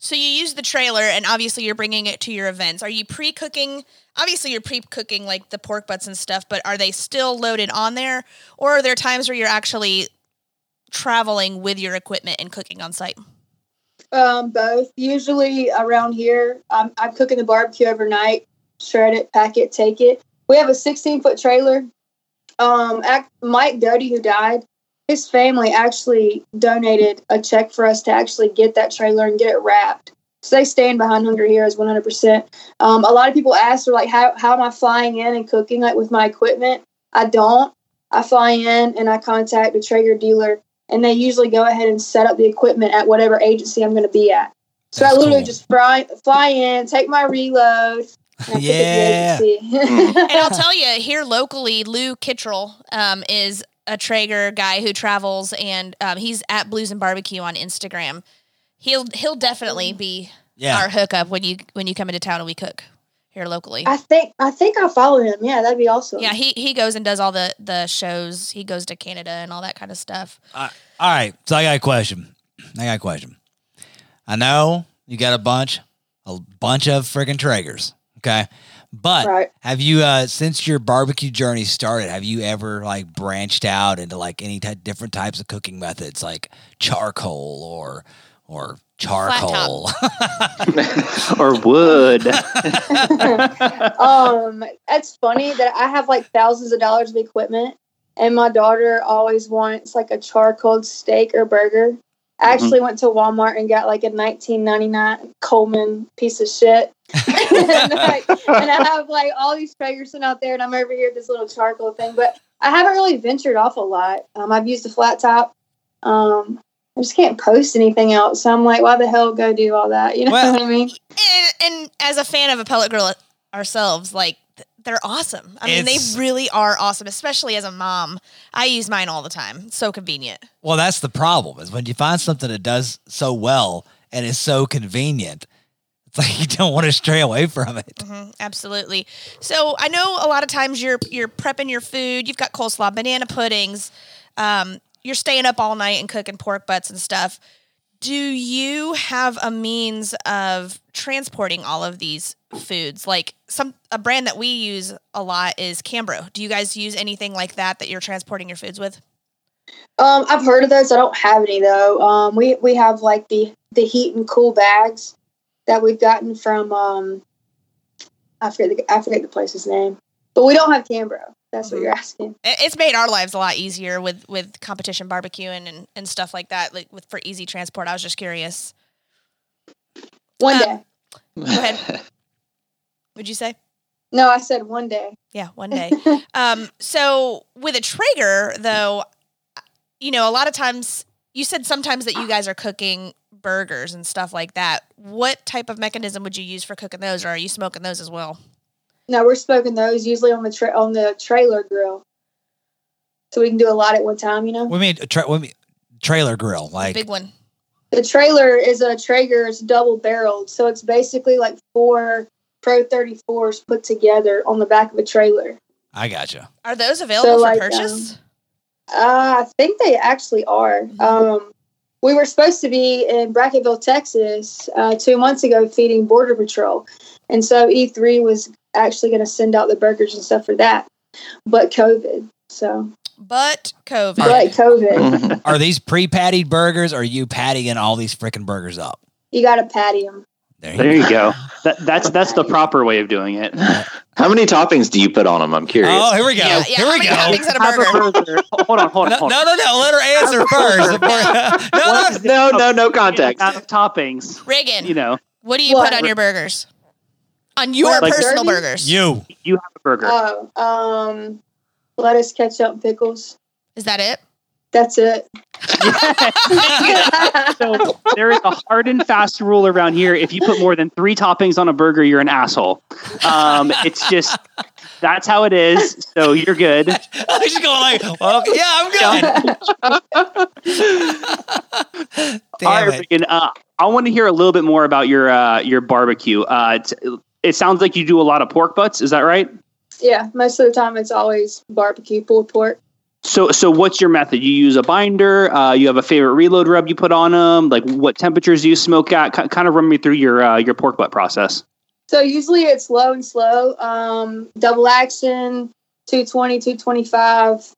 Speaker 3: So you use the trailer, and obviously you're bringing it to your events. Are you pre-cooking? Obviously, you're pre-cooking like the pork butts and stuff, but are they still loaded on there, or are there times where you're actually traveling with your equipment and cooking on site?
Speaker 4: Um, both. Usually around here, I'm, I'm cooking the barbecue overnight. Shred it, pack it, take it. We have a 16 foot trailer. Um, ac- Mike Doty, who died, his family actually donated a check for us to actually get that trailer and get it wrapped. So they stand behind Hungry Heroes 100%. Um, a lot of people ask, they're like, how, how am I flying in and cooking like with my equipment? I don't. I fly in and I contact a Traeger dealer and they usually go ahead and set up the equipment at whatever agency I'm going to be at. So
Speaker 1: That's
Speaker 4: I literally
Speaker 1: cool.
Speaker 4: just fly, fly in, take my reload, and I pick
Speaker 1: Yeah.
Speaker 4: up the
Speaker 1: [LAUGHS]
Speaker 4: agency.
Speaker 3: and I'll tell you here locally, Lou Kittrell um, is a Traeger guy who travels, and um, he's at Blues and Barbecue on Instagram. He'll he'll definitely be
Speaker 1: Yeah.
Speaker 3: our hookup when you when you come into town and we cook here locally.
Speaker 4: [LAUGHS] I think I think I follow him. Yeah, that'd be awesome.
Speaker 3: yeah, he he goes and does all the the shows. He goes to Canada and all that kind of stuff.
Speaker 1: All right. So I got a question. I got a question. I know you got a bunch, a bunch of freaking Traegers. Okay. But
Speaker 4: Right.
Speaker 1: have you, uh, since your barbecue journey started, have you ever like branched out into like any ty- different types of cooking methods, like charcoal or, or charcoal?
Speaker 2: Mhm.
Speaker 7: or
Speaker 1: [LAUGHS]
Speaker 7: would. Oh.
Speaker 4: um, it's funny that I have like thousands of dollars of equipment, and my daughter always wants like a charcoal steak or burger. I actually went to Walmart and got like a 1999 Coleman piece of shit, and, like, and I have like all these Traegers sitting out there, and I'm over here at this little charcoal thing. But I haven't really ventured off a lot. Um, I've used a flat top. Um, I just can't post anything else, so I'm like, why the hell go do all that? You know
Speaker 1: Well,
Speaker 4: what I mean?
Speaker 3: And, and as a fan of a pellet grill ourselves, like th- they're awesome. I mean,
Speaker 1: It's-
Speaker 3: they really are awesome, especially as a mom. I use mine all the time. It's so convenient.
Speaker 1: Well, that's the problem is when you find something that does so well and is so convenient, it's like [LAUGHS] you don't want to stray away from it.
Speaker 3: hmm absolutely. So I know a lot of times you're you're prepping your food. You've got coleslaw, banana puddings. Um, you're staying up all night and cooking pork butts and stuff. Do you have a means of transporting all of these foods? Like some a brand that we use a lot is Cambro. Do you guys use anything like that that you're transporting your foods with?
Speaker 4: Um, I've heard of those. I don't have any though. Um, we we have like the the heat and cool bags that we've gotten from um, I forget the, I forget the place's name, but we don't have Cambro. That's what you're asking.
Speaker 3: It- It's made our lives a lot easier with with competition barbecuing and and stuff like that, like with for easy transport. I was just curious.
Speaker 4: One
Speaker 3: Um,
Speaker 4: day.
Speaker 3: ahead. Would you say?
Speaker 4: No, I said one day.
Speaker 3: Yeah, one day. um, so with a Traeger, though, you know, a lot of times you said sometimes that you guys are cooking burgers and stuff like that. What type of mechanism would you use for cooking those, or are you smoking those as well?
Speaker 4: No, we're smoking those usually on the tra- on the trailer grill, so we can do a lot at one time. You know.
Speaker 1: We mean, tra- we mean trailer grill, like
Speaker 3: Big one.
Speaker 4: The trailer is a Traeger. It's double barreled, so it's basically like four Pro 34s put together on the back of a trailer.
Speaker 1: I gotcha.
Speaker 3: Are those available
Speaker 4: like, um,
Speaker 3: for purchase?
Speaker 4: Uh, I think they actually are. Um, we were supposed to be in Bracketville, Texas, uh, two months ago, feeding Border Patrol, and so E3 was actually going to send out the burgers and stuff for that, but COVID. So,
Speaker 3: but COVID.
Speaker 4: but
Speaker 2: Mm-hmm.
Speaker 4: COVID,
Speaker 1: Are these pre-pattied burgers? Or are you pattying all these freaking burgers up?
Speaker 4: you got to patty them.
Speaker 1: There
Speaker 7: there
Speaker 1: you
Speaker 7: you go. That, that's that's the proper way of doing it.
Speaker 2: How many toppings do you put on them? I'm
Speaker 1: go.
Speaker 2: curious.
Speaker 1: Oh, here we go.
Speaker 3: Yeah, yeah,
Speaker 1: here
Speaker 3: how
Speaker 1: we
Speaker 3: many
Speaker 1: go.
Speaker 3: toppings at a burger?
Speaker 7: hold on, hold on,
Speaker 1: No,
Speaker 7: hold on.
Speaker 1: no, no, no. Let her answer first. before- [LAUGHS] no, no.
Speaker 2: [LAUGHS] no, no, no context.
Speaker 7: Out of toppings.
Speaker 3: Reagan,
Speaker 7: You know,
Speaker 3: what do you
Speaker 4: What?
Speaker 3: put on your burgers? on your
Speaker 4: Like-
Speaker 3: personal burgers.
Speaker 4: Burgers?
Speaker 1: You. [LAUGHS]
Speaker 7: You have a burger.
Speaker 4: Oh, um, lettuce, ketchup, and pickles.
Speaker 3: Is that it?
Speaker 4: That's it. [LAUGHS]
Speaker 7: so there is a hard and fast rule around here. If you put more than three toppings on a burger, you're an asshole. Um, it's just that's how it is. So
Speaker 1: [LAUGHS]
Speaker 7: you're good.
Speaker 1: I was just going like, well, okay, yeah, I'm good.
Speaker 7: All
Speaker 1: [LAUGHS] Damn
Speaker 7: right,
Speaker 1: it.
Speaker 7: Regan, uh, I want to hear a little bit more about your uh, your barbecue. Uh, it's, it sounds like you do a lot of pork butts. Is that right?
Speaker 4: Yeah, most of the time it's always barbecue pulled pork.
Speaker 7: So, so what's your method? You use a binder. Uh, you have a favorite reload rub you put on them. Like what temperatures do you smoke at? Ki kind of run me through your uh, your pork butt process.
Speaker 4: So usually it's low and slow. Um, double action, 220, 225,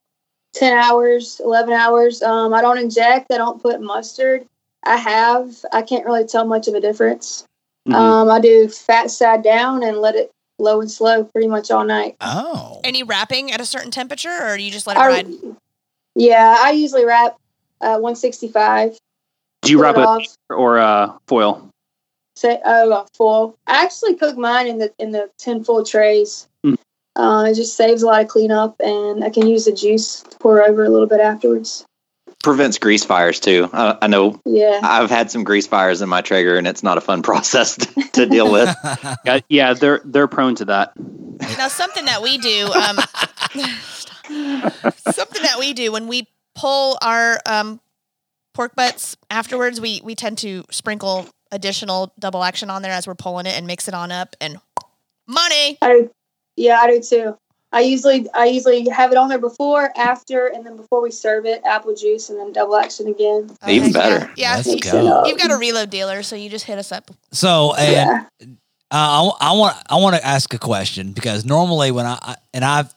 Speaker 4: 10 hours, 11 hours. Um, I don't inject. I don't put mustard. I have. I can't really tell much of a difference.
Speaker 7: Mhm.
Speaker 4: Um, I do fat side down and let it low and slow pretty much all night.
Speaker 1: Oh.
Speaker 3: Any wrapping at a certain temperature, or you just let it
Speaker 4: I-
Speaker 3: ride?
Speaker 4: Yeah, I usually wrap uh, 165.
Speaker 7: do you
Speaker 4: put
Speaker 7: wrap
Speaker 4: it
Speaker 7: it
Speaker 4: off,
Speaker 7: or uh, foil?
Speaker 4: say, oh, a full. I actually cook mine in the in the tin full trays.
Speaker 7: Mm.
Speaker 4: Uh, it just saves a lot of cleanup, and I can use the juice to pour over a little bit afterwards.
Speaker 2: Prevents grease fires too. Uh, I know
Speaker 4: Yeah,
Speaker 2: I've had some grease fires in my Traeger, and it's not a fun [LAUGHS] process to, to deal with.
Speaker 7: Yeah, Uh, yeah, they're they're prone to that.
Speaker 3: Now, something that we do, um, something that we do when we pull our um, pork butts afterwards, we we tend to sprinkle additional double action on there as we're pulling it and mix it on up and money.
Speaker 4: I do. Yeah, I do too. I usually I usually have it on there before, after, and then before we serve it, apple juice, and then double action again.
Speaker 2: Even
Speaker 3: heck yeah.
Speaker 2: better.
Speaker 3: Yeah,
Speaker 1: Let's
Speaker 3: you,
Speaker 4: Mix it up.
Speaker 3: have got a reload dealer, so you just hit us up.
Speaker 1: [LAUGHS] So, and
Speaker 4: yeah.
Speaker 1: uh, I, wa- I want I want to ask a question because normally when I, I and I've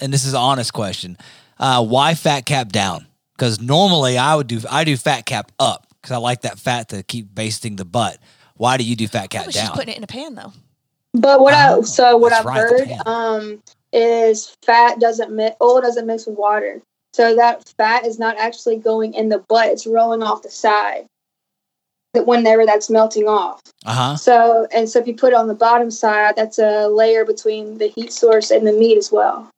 Speaker 1: and this is an honest question, uh, why fat cap down? Because normally I would do I do fat cap up because I like that fat to keep basting the butt. Why do you do fat
Speaker 3: I
Speaker 1: cap
Speaker 3: was just
Speaker 1: down?
Speaker 3: putting it in a pan though.
Speaker 4: But what I
Speaker 1: Oh,
Speaker 4: so what
Speaker 1: that's
Speaker 4: I've
Speaker 1: right, the
Speaker 4: heard
Speaker 1: pan.
Speaker 4: um, is fat doesn't mix oil doesn't mix with water, so that fat is not actually going in the butt; it's rolling off the side. That whenever that's melting off,
Speaker 1: Uh huh.
Speaker 4: so and so if you put it on the bottom side, that's a layer between the heat source and the meat as well.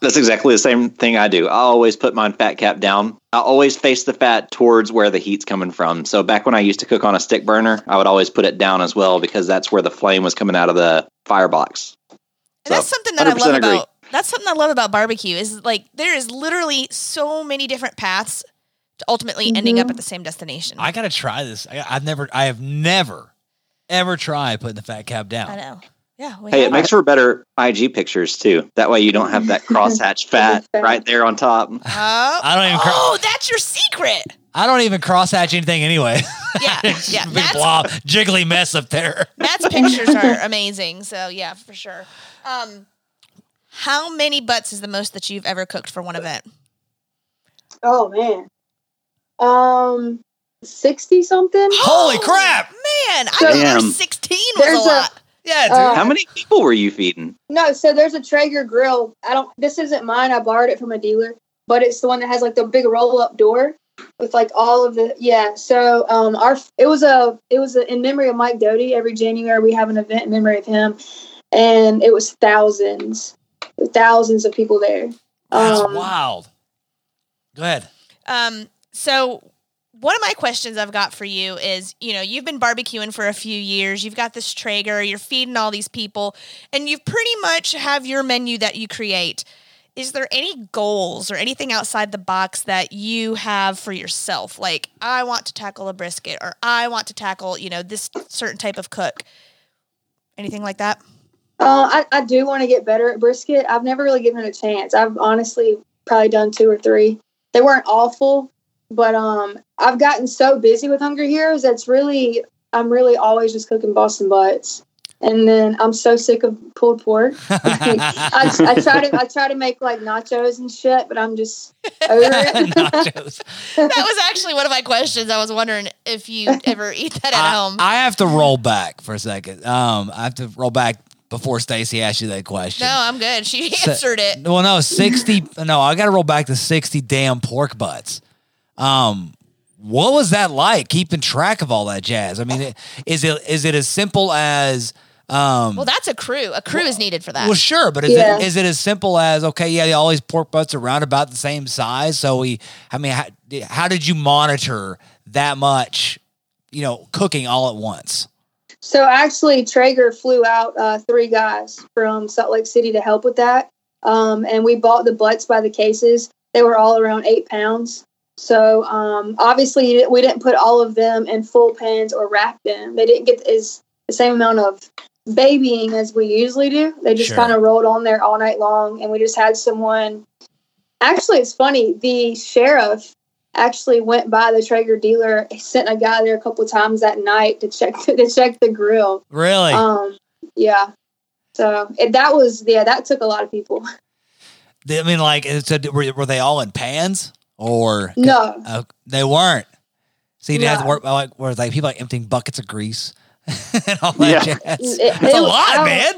Speaker 2: That's exactly the same thing I do. I always put my fat cap down. I always face the fat towards where the heat's coming from. So back when I used to cook on a stick burner, I would always put it down as well because that's where the flame was coming out of the firebox.
Speaker 3: And that's
Speaker 2: So,
Speaker 3: something that I love
Speaker 2: 100% agree.
Speaker 3: about that's something I love about barbecue is like there is literally so many different paths to ultimately ending up
Speaker 4: Mhm.
Speaker 3: at the same destination.
Speaker 1: I gotta try this. I, I've never I have never ever tried putting the fat cap
Speaker 3: I
Speaker 1: down.
Speaker 3: know. Yeah. we
Speaker 2: Hey,
Speaker 3: have
Speaker 2: it makes for better IG pictures too. That way you don't have [LAUGHS] that crosshatch fat
Speaker 4: Fat.
Speaker 2: right there on top.
Speaker 3: Oh,
Speaker 1: I don't even cr-
Speaker 3: oh, that's your secret.
Speaker 1: [LAUGHS] I don't even cross hatch anything anyway.
Speaker 3: Yeah,
Speaker 1: It's
Speaker 3: [LAUGHS] yeah.
Speaker 1: just a [LAUGHS] big
Speaker 3: That's,
Speaker 1: blob, jiggly mess up there.
Speaker 3: [LAUGHS] that's
Speaker 1: [LAUGHS]
Speaker 3: pictures are amazing. So yeah, for sure. Um, how many butts is the most that you've ever cooked for one event?
Speaker 4: Oh man, um, sixty something.
Speaker 1: Holy
Speaker 3: Oh.
Speaker 1: crap!
Speaker 3: man! I
Speaker 4: So-
Speaker 3: thought
Speaker 7: Damn.
Speaker 3: sixteen was
Speaker 4: There's
Speaker 3: a
Speaker 4: a-
Speaker 3: lot.
Speaker 1: Yeah, dude.
Speaker 4: Uh,
Speaker 2: How many people were you feeding?
Speaker 4: No, so there's a Traeger grill. I don't. This isn't mine. I borrowed it from a dealer, but it's the one that has like the big roll up door with like all of the yeah. So um, our it was a it was a, in memory of Mike Doty. Every January we have an event in memory of him, and it was thousands, thousands of people there.
Speaker 1: That's
Speaker 4: um,
Speaker 1: wild. Go
Speaker 3: [LAUGHS]
Speaker 1: ahead. [LAUGHS]
Speaker 3: Um, so one of my questions I've got for you is, you know, you've been barbecuing for a few years. You've got this Traeger. You're feeding all these people, and you pretty much have your menu that you create. Is there any goals or anything outside the box that you have for yourself? Like, I want to tackle a brisket, or I want to tackle, you know, this certain type of cook. Anything like that?
Speaker 4: Uh, I, I do want to get better at brisket. I've never really given it a chance. I've honestly probably done two or three. They weren't awful, but um, I've gotten so busy with Hungry Heroes that's really I'm really always just cooking Boston butts, and then I'm so sick of pulled pork. I, I try to I try to make like nachos and shit, but I'm just
Speaker 1: [LAUGHS]
Speaker 4: over it.
Speaker 1: Nachos.
Speaker 3: That was actually one of my questions. I was wondering if you ever eat that at
Speaker 1: I,
Speaker 3: home.
Speaker 1: I have to roll back for a second. Um, I have to roll back before Stacy asked you that question.
Speaker 3: no, I'm good. She
Speaker 1: So-
Speaker 3: answered it.
Speaker 1: Well, no, sixty. no, I got to roll back to sixty damn pork butts. Um, what was that like keeping track of all that jazz? I mean, it- is it is it as simple as Um,
Speaker 3: Well, that's a crew. A crew is needed for that.
Speaker 1: well, sure, but is
Speaker 4: Yeah.
Speaker 1: it is it as simple as okay? Yeah, all these pork butts are around about the same size. So we, I mean, how, how did you monitor that much? You know, cooking all at once.
Speaker 4: So actually, Traeger flew out uh, three guys from Salt Lake City to help with that, um, and we bought the butts by the cases. They were all around eight pounds. So um, obviously, you didn't- we didn't put all of them in full pans or wrap them. They didn't get as the same amount of babying as we usually do. They just
Speaker 1: Sure.
Speaker 4: kind of rolled on there all night long, and we just had someone. Actually, it's funny. The sheriff actually went by the Traeger dealer, sent a guy there a couple times that night to check to check the grill.
Speaker 1: Really?
Speaker 4: Um, yeah. So it, that was yeah, that took a lot of people.
Speaker 1: They- I mean, like, so d- were, were they all in pans or
Speaker 4: No,
Speaker 1: Oh, they weren't. So you didn't have to
Speaker 4: No.
Speaker 1: work like where like people like emptying buckets of grease [LAUGHS] and all that
Speaker 7: Yeah.
Speaker 1: jazz.
Speaker 4: It-
Speaker 1: That's
Speaker 4: it
Speaker 1: a
Speaker 4: was-
Speaker 1: lot,
Speaker 4: I-
Speaker 1: man.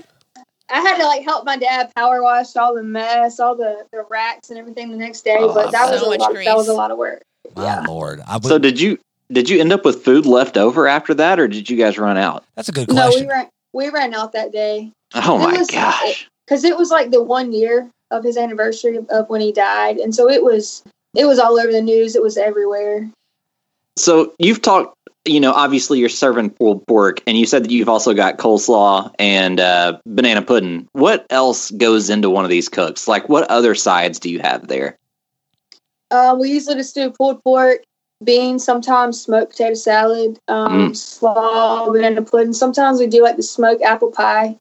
Speaker 4: I had to like help my dad power wash all the mess, all the, the racks and everything the next day. but that
Speaker 3: so
Speaker 4: was a
Speaker 3: much
Speaker 4: lot,
Speaker 3: grease.
Speaker 4: that was a lot of work.
Speaker 1: My lord, I would,
Speaker 2: So did you did you end up with food left over after that, or did you guys run out?
Speaker 1: that's a good
Speaker 4: No, we
Speaker 1: question.
Speaker 4: ran we ran out that day
Speaker 2: Oh
Speaker 4: It
Speaker 2: my
Speaker 4: was-
Speaker 2: gosh!
Speaker 4: because it was like the one year of his anniversary of, of when he died, and so it was it was all over the news. It was everywhere.
Speaker 2: So you've talked, you know, obviously you're serving pulled pork, and you said that you've also got coleslaw and uh, banana pudding. What else goes into one of these cooks? Like, what other sides do you have there?
Speaker 4: Uh, we usually just do pulled pork, beans, sometimes smoked potato salad,
Speaker 1: Mm.
Speaker 4: um, slaw, banana pudding. Sometimes we do like the smoked apple pie.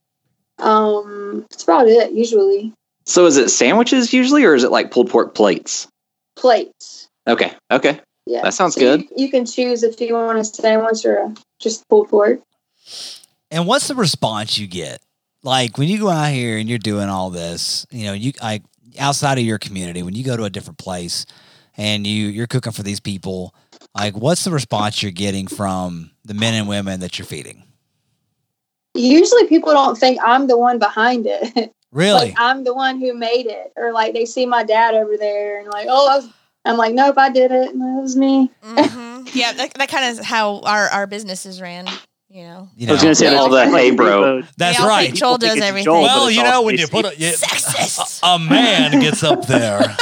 Speaker 4: Um, that's about it usually.
Speaker 2: So is it sandwiches usually, or is it like pulled pork plates?
Speaker 4: Plates.
Speaker 2: Okay, okay,
Speaker 4: Yeah,
Speaker 2: that sounds
Speaker 4: So you-
Speaker 2: good.
Speaker 4: You, can choose if you want a sandwich or a, just pulled pork.
Speaker 1: And what's the response you get? Like when you go out here and you're doing all this, you know, you like outside of your community, when you go to a different place and you you're cooking for these people, like what's the response you're getting from the men and women that you're feeding?
Speaker 4: Usually people don't think I'm the one behind it. [LAUGHS]
Speaker 1: Really?
Speaker 4: like I'm the one who made it, or like they see my dad over there and like, oh, I was, I'm like, nope, I did it, and it was me.
Speaker 3: hmm Yeah, that, that kind of is how our, our businesses ran. You know,
Speaker 1: you
Speaker 7: I was gonna say
Speaker 2: Yeah.
Speaker 7: that's
Speaker 2: All the hey, bro.
Speaker 1: that's
Speaker 3: Yeah, I'll
Speaker 1: right.
Speaker 3: take Joel does everything.
Speaker 1: Well, you know, when you put a, you-
Speaker 3: sexist.
Speaker 1: a man gets up
Speaker 3: [LAUGHS]
Speaker 1: there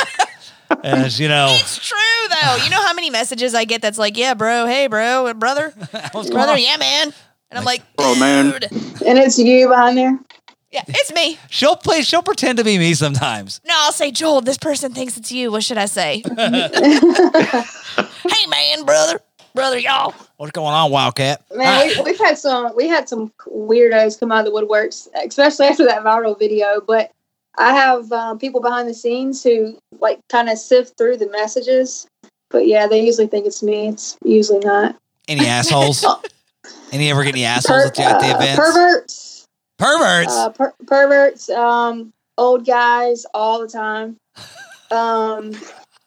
Speaker 1: as you know
Speaker 3: it's true though. You know how many messages I get that's like, "Yeah, bro. Hey, bro, brother,
Speaker 1: what's going
Speaker 3: brother.
Speaker 1: on?
Speaker 3: Yeah, man." And I'm like,
Speaker 7: Bro, man.
Speaker 3: "Dude."
Speaker 4: And it's you behind there.
Speaker 3: Yeah, it's me.
Speaker 1: she'll play she'll pretend to be me sometimes
Speaker 3: No, I'll say, Joel. This person thinks it's you. What should
Speaker 1: [LAUGHS]
Speaker 3: I say? hey, man, brother, brother, y'all.
Speaker 1: what's going on wildcat
Speaker 4: Man, we, we've had some we had some weirdos come out of the woodworks, especially after that viral video. But I have um, people behind the scenes who like kind of sift through the messages. But yeah, they usually think it's me. It's usually not.
Speaker 1: any
Speaker 4: [LAUGHS]
Speaker 1: assholes any ever get any assholes at the, at the
Speaker 4: uh,
Speaker 1: events
Speaker 4: perverts,
Speaker 1: perverts
Speaker 4: uh, per- perverts, um, old guys all the time. Um,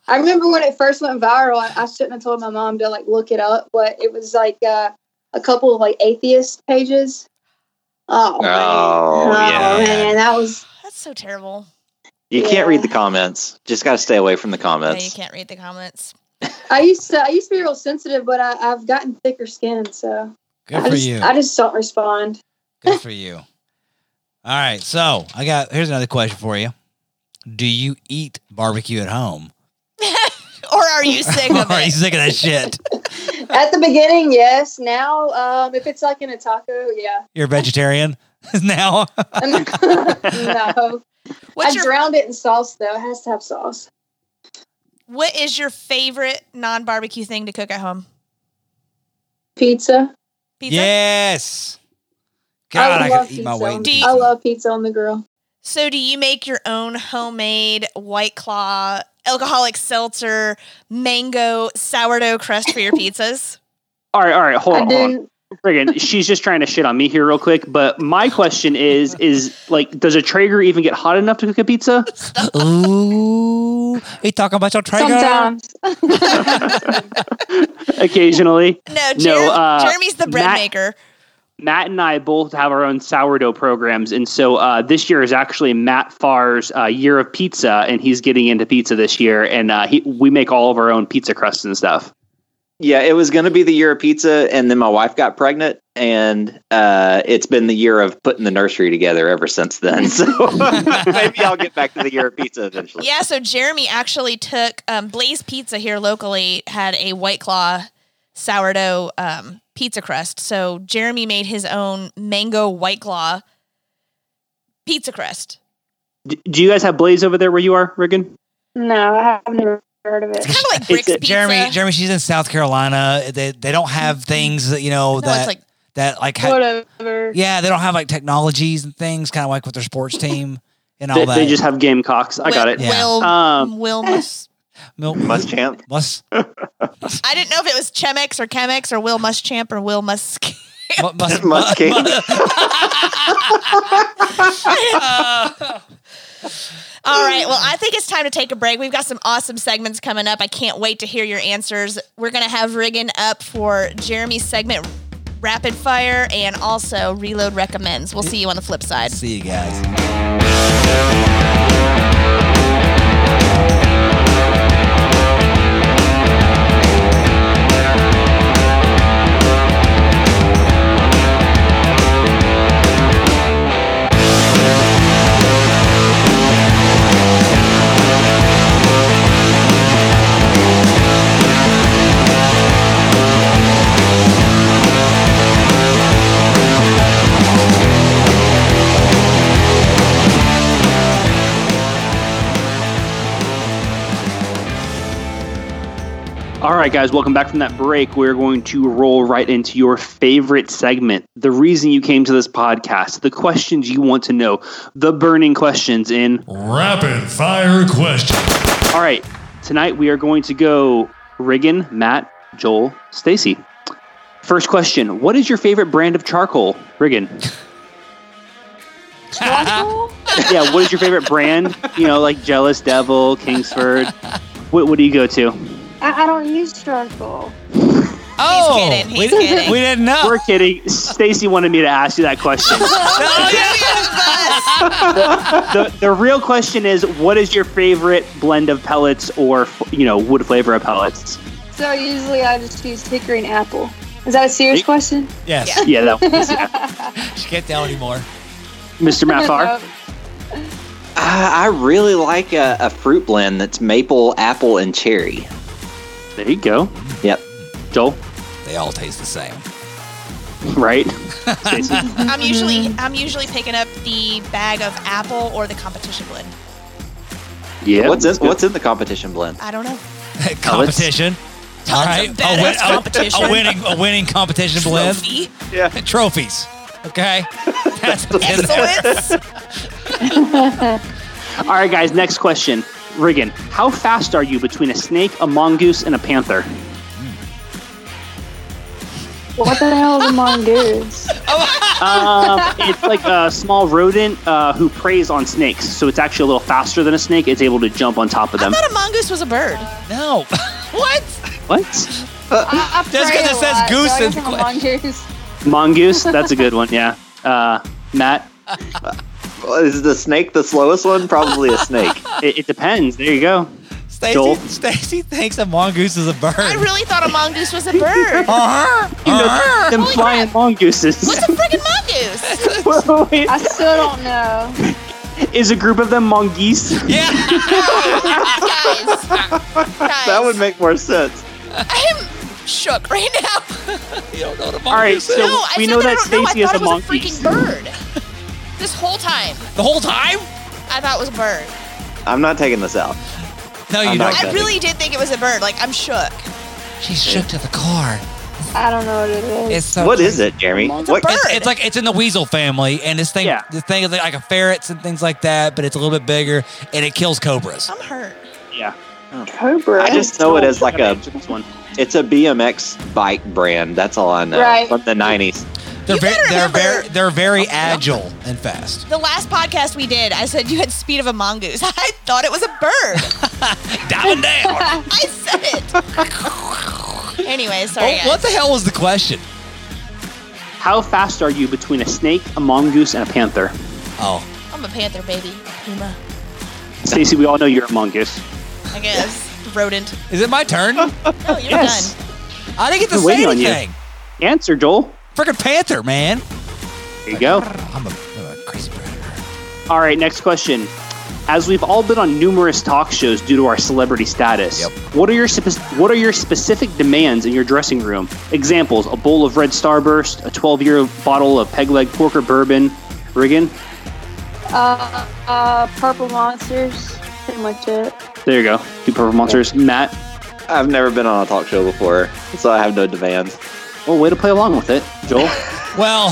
Speaker 4: I remember when it first went viral. I, I shouldn't have told my mom to like look it up, but it was like uh, a couple of like atheist pages. Oh, man.
Speaker 2: Oh,
Speaker 1: yeah.
Speaker 4: man, that was
Speaker 3: That's so terrible.
Speaker 2: You
Speaker 4: Yeah.
Speaker 2: can't read the comments. Just got to stay away from the
Speaker 3: Yeah, you
Speaker 2: comments.
Speaker 3: can't read the comments.
Speaker 4: I used to I used to be real sensitive, but I, I've gotten thicker skin, so
Speaker 1: good
Speaker 4: I
Speaker 1: for
Speaker 4: just
Speaker 1: you
Speaker 4: I just don't respond. [LAUGHS]
Speaker 1: good for you all right so i got here's another question for you do you eat barbecue at home
Speaker 3: Or are you
Speaker 1: [LAUGHS]
Speaker 3: sick of
Speaker 1: are you
Speaker 3: it?
Speaker 1: sick of that shit
Speaker 4: At the beginning, yes. Now, um, if it's like in a taco, yeah.
Speaker 1: you're a vegetarian [LAUGHS] now
Speaker 4: [LAUGHS] no,
Speaker 3: What's
Speaker 4: I
Speaker 3: your
Speaker 4: drowned it in sauce though. It has to have sauce.
Speaker 3: What is your favorite non barbecue thing to cook at home?
Speaker 4: Pizza.
Speaker 3: Pizza.
Speaker 1: yes
Speaker 4: I
Speaker 1: god i,
Speaker 4: love
Speaker 1: could eat my
Speaker 4: pizza.
Speaker 1: weight in
Speaker 3: Do you-
Speaker 1: pizza.
Speaker 4: I love pizza on the grill.
Speaker 3: So, do you make your own homemade White Claw, alcoholic seltzer, mango sourdough crust for
Speaker 1: [LAUGHS]
Speaker 3: your pizzas?
Speaker 7: All right, all right, hold
Speaker 4: I
Speaker 7: on, hold on.
Speaker 4: do.
Speaker 7: Friggin', she's just trying to shit on me here real quick. But my question is, is like, does a Traeger even get hot enough to cook
Speaker 1: [LAUGHS]
Speaker 7: a pizza?
Speaker 1: Ooh, we talking about your Traeger?
Speaker 4: Sometimes
Speaker 7: Occasionally,
Speaker 3: No, Jer-
Speaker 7: No, uh,
Speaker 3: Jeremy's the bread
Speaker 7: Matt-
Speaker 3: maker.
Speaker 7: Matt and I both have our own sourdough programs, and so uh, this year is actually Matt Farr's uh, year of pizza, and he's getting into pizza this year, and uh, he, we make all of our own pizza crusts and stuff.
Speaker 2: Yeah, it was going to be the year of pizza, and then my wife got pregnant, and uh, it's been the year of putting the nursery together ever since then. [LAUGHS] So maybe I'll get back to the year of pizza eventually.
Speaker 3: Yeah, so Jeremy actually took um, Blaze Pizza here locally had a White Claw sourdough um, pizza crust. So Jeremy made his own mango White Claw pizza crust.
Speaker 7: D- do you guys have Blaze over there where you are, Riggin?
Speaker 4: No, I have never heard of it.
Speaker 1: [LAUGHS]
Speaker 3: It's kind of like bricks
Speaker 7: It's a-
Speaker 3: pizza.
Speaker 1: Jeremy, Jeremy, she's in South Carolina. They they don't have things that you know
Speaker 3: no,
Speaker 1: that
Speaker 3: it's like
Speaker 1: that like ha-
Speaker 4: Whatever.
Speaker 1: yeah they don't have like technologies and things kind of like with their sports team and all
Speaker 7: They,
Speaker 1: that.
Speaker 7: they just have Gamecocks. I got it.
Speaker 1: Yeah.
Speaker 3: Will,
Speaker 7: Um, [LAUGHS]
Speaker 3: Will Mus-
Speaker 1: Mil-
Speaker 2: Muschamp.
Speaker 1: Mus-
Speaker 3: I didn't know if it was Chemex or Chemex or Will Muschamp or Will Musk. [LAUGHS]
Speaker 7: [LAUGHS]
Speaker 1: mu- mus-
Speaker 2: Muschamp.
Speaker 3: All right. Well, I think it's time to take a break. We've got some awesome segments coming up. I can't wait to hear your answers. We're going to have Riggin up for Jeremy's segment Rapid Fire and also Reload Recommends. We'll see you on the flip side.
Speaker 1: See you guys.
Speaker 7: All right, guys, welcome back from that break. We're going to roll right into your favorite segment the reason you came to this podcast, the questions you want to know, the burning questions in.
Speaker 5: Rapid fire question.
Speaker 7: All right, tonight we are going to go Riggin, Matt, Joel, Stacy. First question What is your favorite brand of charcoal, Riggin? yeah, what is your favorite brand? You know, like Jealous Devil, Kingsford. What, what do you go to?
Speaker 4: I, I don't use charcoal.
Speaker 3: Oh, He's kidding. He's
Speaker 1: we,
Speaker 3: kidding.
Speaker 1: we didn't know.
Speaker 7: We're kidding. Stacy wanted me to ask you that question. the, the real question is, what is your favorite blend of pellets or you know wood flavor of pellets?
Speaker 4: So usually I just use hickory and apple. Is that a serious
Speaker 7: Hey.
Speaker 4: question?
Speaker 1: yes,
Speaker 7: Yeah, that one was, yeah.
Speaker 1: she can't tell anymore.
Speaker 7: Mr. Mathar.
Speaker 4: No.
Speaker 2: Uh, I I really like a, a fruit blend that's maple, apple, and cherry.
Speaker 7: There you go,
Speaker 2: Yep.
Speaker 7: Joel.
Speaker 1: They all taste the same.
Speaker 7: Right, Stacy.
Speaker 3: I'm usually I'm usually picking up the bag of apple or the competition blend.
Speaker 7: Yeah.
Speaker 2: what's in,
Speaker 7: that's good.
Speaker 2: what's in the competition blend?
Speaker 3: I don't know.
Speaker 1: competition. all right,
Speaker 3: of badass
Speaker 1: a,
Speaker 3: competition.
Speaker 1: a winning, a winning competition blend.
Speaker 3: Trophy,
Speaker 1: Trophies.
Speaker 3: [LAUGHS]
Speaker 1: Okay, that's what's in there.
Speaker 3: excellence.
Speaker 7: All right, guys. Next question, Riggin. How fast are you between a snake, a mongoose, and a panther?
Speaker 4: What the hell is a [LAUGHS] mongoose?
Speaker 7: Um, it's like a small rodent uh, who preys on snakes, so it's actually a little faster than a snake. It's able to jump on top of
Speaker 3: I
Speaker 7: them.
Speaker 3: thought a mongoose was a bird. [LAUGHS]
Speaker 1: No, what?
Speaker 7: What?
Speaker 4: I, I
Speaker 1: Just
Speaker 4: pray
Speaker 1: 'cause it
Speaker 4: a
Speaker 1: says
Speaker 4: lot, so I
Speaker 1: goose
Speaker 4: guess
Speaker 1: is
Speaker 4: I'm a
Speaker 1: que-
Speaker 4: mongoose.
Speaker 7: Mongoose, that's a good one. Yeah. Uh, Matt,
Speaker 2: Is the snake the slowest one? Probably a snake.
Speaker 7: it, it depends. There you go.
Speaker 1: Stacy,
Speaker 7: Joel?
Speaker 1: Stacy thinks a mongoose is a bird.
Speaker 3: I really thought a mongoose was
Speaker 1: [LAUGHS]
Speaker 3: a bird.
Speaker 1: Uh-huh.
Speaker 3: [LAUGHS]
Speaker 1: Uh-huh.
Speaker 7: Them
Speaker 3: Holy
Speaker 7: flying mongooses
Speaker 3: What's a friggin' mongoose?
Speaker 7: Whoa, [LAUGHS] wait.
Speaker 4: I still don't know.
Speaker 7: is a group of them mongoose.
Speaker 1: Yeah.
Speaker 3: Guys, guys,
Speaker 2: That would make more sense.
Speaker 3: I am shook right now.
Speaker 1: you don't know what a mongoose
Speaker 7: All right,
Speaker 1: is.
Speaker 3: [LAUGHS]
Speaker 7: so
Speaker 3: No, I
Speaker 7: we
Speaker 3: said
Speaker 7: know
Speaker 3: that,
Speaker 7: that
Speaker 3: I don't
Speaker 7: Stacy
Speaker 3: know.
Speaker 7: is
Speaker 3: I
Speaker 7: a
Speaker 3: thought it
Speaker 7: mongoose.
Speaker 3: was a freaking bird. This whole time,
Speaker 1: the whole time?
Speaker 3: I thought it was a bird.
Speaker 2: I'm not taking this out.
Speaker 1: No, you
Speaker 2: I'm
Speaker 1: don't.
Speaker 2: not
Speaker 3: I
Speaker 2: Okay.
Speaker 3: really did think it was a bird. Like I'm shook.
Speaker 1: She shook to the car.
Speaker 4: I don't know what it is.
Speaker 1: It's so
Speaker 2: What is it, Jeremy?
Speaker 7: It's
Speaker 3: a
Speaker 2: What?
Speaker 3: bird.
Speaker 1: It's, it's like it's in the weasel family, and this thing,
Speaker 7: Yeah.
Speaker 1: this thing is like a ferrets and things like that, but it's a little bit bigger, and it kills cobras.
Speaker 3: I'm hurt.
Speaker 7: Yeah.
Speaker 4: cobra.
Speaker 2: I just know it as like a.
Speaker 7: Next one.
Speaker 2: It's a BMX bike brand. That's all I know
Speaker 4: Right.
Speaker 2: from the '90s.
Speaker 1: They're
Speaker 3: You
Speaker 1: very,
Speaker 3: better
Speaker 1: they're
Speaker 3: remember-
Speaker 1: very, they're very agile and
Speaker 3: [LAUGHS]
Speaker 1: fast.
Speaker 3: The last podcast we did, I said you had speed of a mongoose. [LAUGHS] I thought it was a bird.
Speaker 1: Down and down.
Speaker 3: I said it. anyway, sorry.
Speaker 1: Oh,
Speaker 3: guys.
Speaker 1: what the hell was the question?
Speaker 7: How fast are you between a snake, a mongoose, and a panther?
Speaker 1: Oh,
Speaker 3: I'm a panther baby. Puma,
Speaker 7: Stacy, we all know you're a mongoose.
Speaker 3: I guess. Rodent.
Speaker 1: is it my turn?
Speaker 3: No, you're
Speaker 7: Yes.
Speaker 3: done.
Speaker 1: I didn't get to
Speaker 7: I'm
Speaker 1: say
Speaker 7: waiting on you.
Speaker 1: anything.
Speaker 7: Answer, Joel.
Speaker 1: Freaking Panther, man.
Speaker 7: There you go.
Speaker 1: I'm a, I'm a crazy predator.
Speaker 7: All right, next question. As we've all been on numerous talk shows due to our celebrity status, what are your spec- what are your specific demands in your dressing room? Examples: a bowl of Red Starburst, a 12-year bottle of Peg Leg Pork or Bourbon. Riggin,
Speaker 4: Uh, uh, purple monsters. Pretty much it.
Speaker 7: there you go. Two Purple Monsters. Matt,
Speaker 2: I've never been on a talk show before, so I have no demands.
Speaker 7: well, way to play along with it, Joel.
Speaker 1: Well,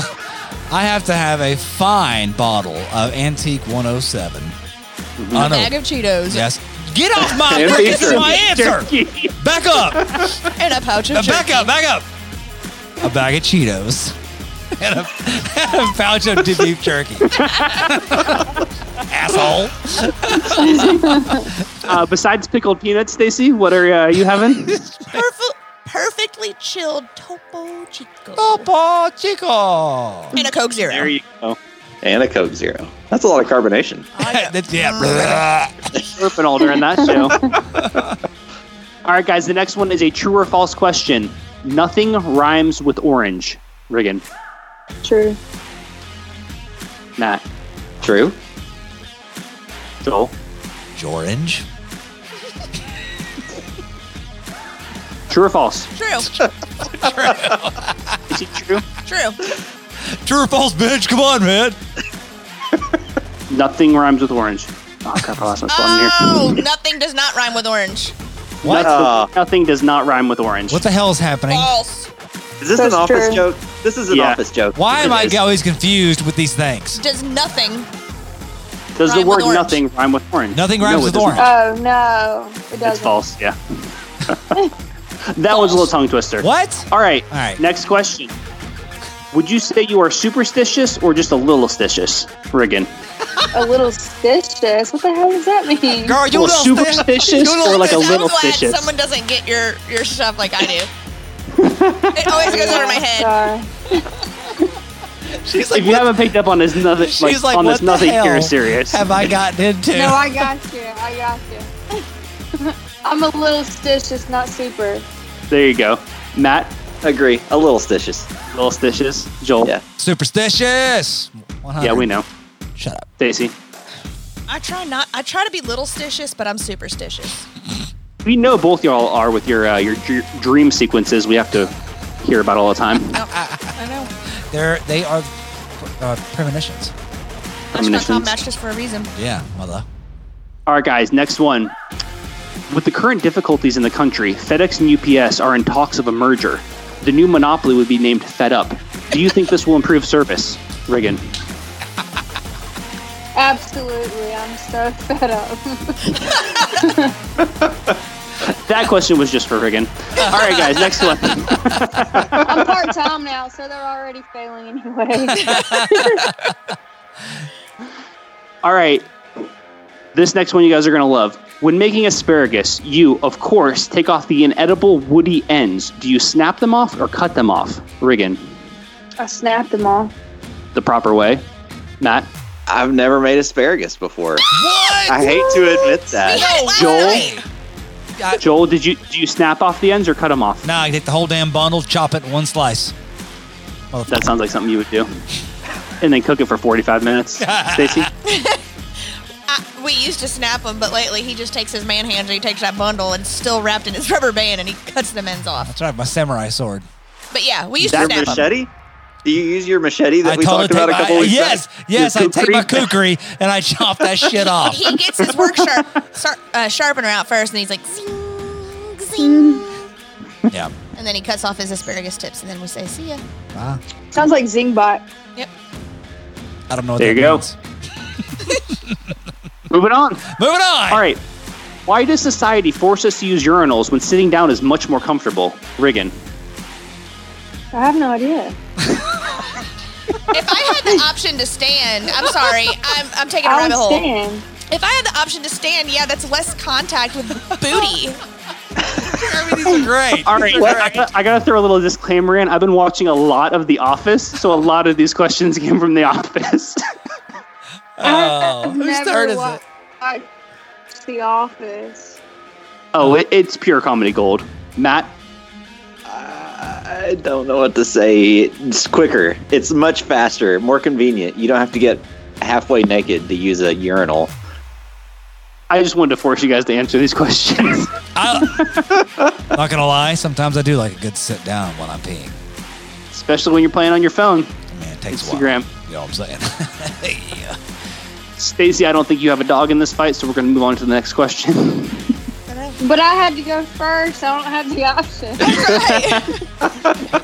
Speaker 1: I have to have a fine bottle of Antique 107.
Speaker 7: Mm-hmm.
Speaker 3: A bag
Speaker 1: Unopened.
Speaker 3: of Cheetos
Speaker 1: Yes. Get off
Speaker 7: [LAUGHS]
Speaker 1: my
Speaker 7: And
Speaker 1: this is
Speaker 7: pizza.
Speaker 1: my answer.
Speaker 7: [LAUGHS] Jerky.
Speaker 1: Back up.
Speaker 3: and a pouch of
Speaker 1: Uh, back
Speaker 3: jerky.
Speaker 1: up. Back up. A bag of Cheetos [LAUGHS] and a, and a pouch of deep, deep jerky. Asshole.
Speaker 7: Uh, besides pickled peanuts, Stacy, what are uh, you having?
Speaker 3: Perfe- perfectly chilled Topo Chico
Speaker 1: Papa [LAUGHS] Chico.
Speaker 3: and a Coke Zero.
Speaker 7: there you go.
Speaker 2: And a Coke Zero. That's a lot of carbonation.
Speaker 1: That's- [LAUGHS] yeah.
Speaker 7: burping all during that show.
Speaker 3: [LAUGHS]
Speaker 7: all right, guys. The next one is a true or false question. Nothing rhymes with orange. Riggin,
Speaker 4: True.
Speaker 7: Matt,
Speaker 2: True.
Speaker 7: Joel.
Speaker 1: Jorange.
Speaker 7: True or false?
Speaker 3: True.
Speaker 7: Is it true?
Speaker 3: True.
Speaker 1: True or false, bitch? Come on, man.
Speaker 7: Nothing rhymes with orange. Oh, God, I lost my spot
Speaker 3: Oh,
Speaker 7: in here.
Speaker 3: nothing does not rhyme with orange.
Speaker 1: What?
Speaker 7: Nothing, nothing does not rhyme with orange.
Speaker 1: What the hell is happening?
Speaker 3: False.
Speaker 2: Is this
Speaker 4: That's
Speaker 2: an office
Speaker 4: true.
Speaker 2: joke? This is an
Speaker 7: Yeah.
Speaker 2: office joke.
Speaker 1: Why am I
Speaker 2: It is.
Speaker 1: always confused with these things?
Speaker 3: Does nothing.
Speaker 7: does the
Speaker 3: rhyme with
Speaker 7: word
Speaker 3: orange?
Speaker 7: nothing rhyme with orange?
Speaker 1: Nothing
Speaker 7: No,
Speaker 1: rhymes
Speaker 7: it
Speaker 1: with
Speaker 7: doesn't.
Speaker 1: orange.
Speaker 4: Oh no, it
Speaker 7: It's
Speaker 4: doesn't.
Speaker 7: false. Yeah. [LAUGHS] that was a little tongue twister.
Speaker 1: What?
Speaker 7: All right.
Speaker 1: All right.
Speaker 7: Next question. Would you say you are superstitious or just a little stitious, Riggin?
Speaker 4: A little stitious. What the hell does that mean?
Speaker 1: Girl, you
Speaker 7: Well,
Speaker 1: don't
Speaker 7: superstitious
Speaker 1: you don't
Speaker 7: or like a
Speaker 3: I'm
Speaker 7: little
Speaker 3: glad
Speaker 7: stitious?
Speaker 3: someone doesn't get your, your stuff like I do. it always goes over my
Speaker 4: [LAUGHS]
Speaker 3: head.
Speaker 4: Oh, Sorry.
Speaker 1: She's
Speaker 7: if you haven't picked up on this nothing,
Speaker 1: She's
Speaker 7: like,
Speaker 1: like,
Speaker 7: on
Speaker 1: what
Speaker 7: this
Speaker 1: the
Speaker 7: nothing
Speaker 1: hell
Speaker 7: here, serious.
Speaker 1: have I gotten into?
Speaker 4: No, I got you. I got you. [LAUGHS] I'm a little stitious, not super.
Speaker 7: There you go, Matt.
Speaker 2: Agree. A little stitious.
Speaker 7: Little stitches, Joel.
Speaker 2: Yeah.
Speaker 1: Superstitious. 100.
Speaker 7: Yeah, we know.
Speaker 1: Shut up.
Speaker 7: Stacy,
Speaker 3: I try not. I try to be little stitious, but I'm superstitious.
Speaker 7: we know both y'all are with your uh, your dr- dream sequences. We have to hear about all the time.
Speaker 3: I know.
Speaker 1: They're they are uh, premonitions.
Speaker 3: That's not called
Speaker 7: Premonitions.
Speaker 3: mattress for a reason.
Speaker 1: Yeah, mother.
Speaker 7: All right, guys. Next one. With the current difficulties in the country, FedEx and UPS are in talks of a merger. The new monopoly would be named FedUp. Do you think this will improve service, Riggin?
Speaker 4: Absolutely, I'm so [LAUGHS] fed up.
Speaker 7: That question was just for Riggin. All right, guys. Next one.
Speaker 4: I'm part time now, so they're already failing anyway.
Speaker 7: All right. This next one you guys are going to love. When making asparagus, you, of course, take off the inedible woody ends. Do you snap them off or cut them off? Riggin,
Speaker 4: I snapped them all.
Speaker 7: the proper way. Matt,
Speaker 2: I've never made asparagus before.
Speaker 1: What?
Speaker 2: I hate to admit
Speaker 3: We
Speaker 2: that.
Speaker 3: had it last
Speaker 7: Joel?
Speaker 3: night.
Speaker 7: Joel, did you do you snap off the ends or cut them off?
Speaker 1: Nah, I take the whole damn bundle, chop it in one slice.
Speaker 7: That sounds like something you would do. And then cook it for 45 minutes. Stacy,
Speaker 3: I, we used to snap them, but lately he just takes his man hands and he takes that bundle and it's still wrapped in his [LAUGHS] rubber band and he cuts them ends off.
Speaker 1: That's right, my samurai sword.
Speaker 3: But yeah, we used
Speaker 2: Your
Speaker 3: to snap them.
Speaker 2: machete? Do you use your machete that
Speaker 1: I
Speaker 2: we talked
Speaker 1: take
Speaker 2: about a
Speaker 1: my-
Speaker 2: couple weeks
Speaker 1: yes,
Speaker 2: back?
Speaker 1: yes. I
Speaker 7: Your
Speaker 1: take my kukri and I chop that shit
Speaker 3: [LAUGHS]
Speaker 1: off.
Speaker 3: he gets his work sharp, sar- uh, sharpener out first, and he's like, zing, zing.
Speaker 1: Yeah.
Speaker 3: And then he cuts off his asparagus tips, and then we say, see ya.
Speaker 1: Wow.
Speaker 4: Sounds like Zingbot.
Speaker 1: I don't know. What
Speaker 7: There
Speaker 1: that
Speaker 7: you go.
Speaker 1: means.
Speaker 7: moving on.
Speaker 1: Moving on. [LAUGHS]
Speaker 7: All right. Why does society force us to use urinals when sitting down is much more comfortable? Riggin,
Speaker 4: I have no idea.
Speaker 3: If I had the option to stand, I'm sorry, I'm, I'm taking a
Speaker 4: I
Speaker 3: rabbit
Speaker 4: would
Speaker 3: hole.
Speaker 4: stand.
Speaker 3: If I had the option to stand, yeah, that's less contact with booty. [LAUGHS]
Speaker 1: I mean, these are great.
Speaker 7: All right,
Speaker 1: These are
Speaker 7: I, gotta, I gotta throw a little disclaimer in. I've been watching a lot of The Office, so a lot of these questions [LAUGHS] came from The [LAUGHS] Office.
Speaker 1: Oh, whose
Speaker 4: Never
Speaker 1: turn is it?
Speaker 4: watched The Office.
Speaker 7: oh, it, it's pure comedy gold. Matt,
Speaker 2: I don't know what to say. It's quicker. It's much faster, more convenient. You don't have to get halfway naked to use a urinal.
Speaker 7: I just wanted to force you guys to answer these [LAUGHS] questions.
Speaker 1: [LAUGHS] Not gonna lie, sometimes I do like a good sit down while I'm peeing.
Speaker 7: Especially when you're playing on your phone.
Speaker 1: Man, it takes
Speaker 7: Instagram.
Speaker 1: a while. You know what I'm saying? [LAUGHS] yeah.
Speaker 7: Stacy, I don't think you have a dog in this fight, so we're going to move on to the next question. [LAUGHS]
Speaker 4: But I had to go first. I don't have the option.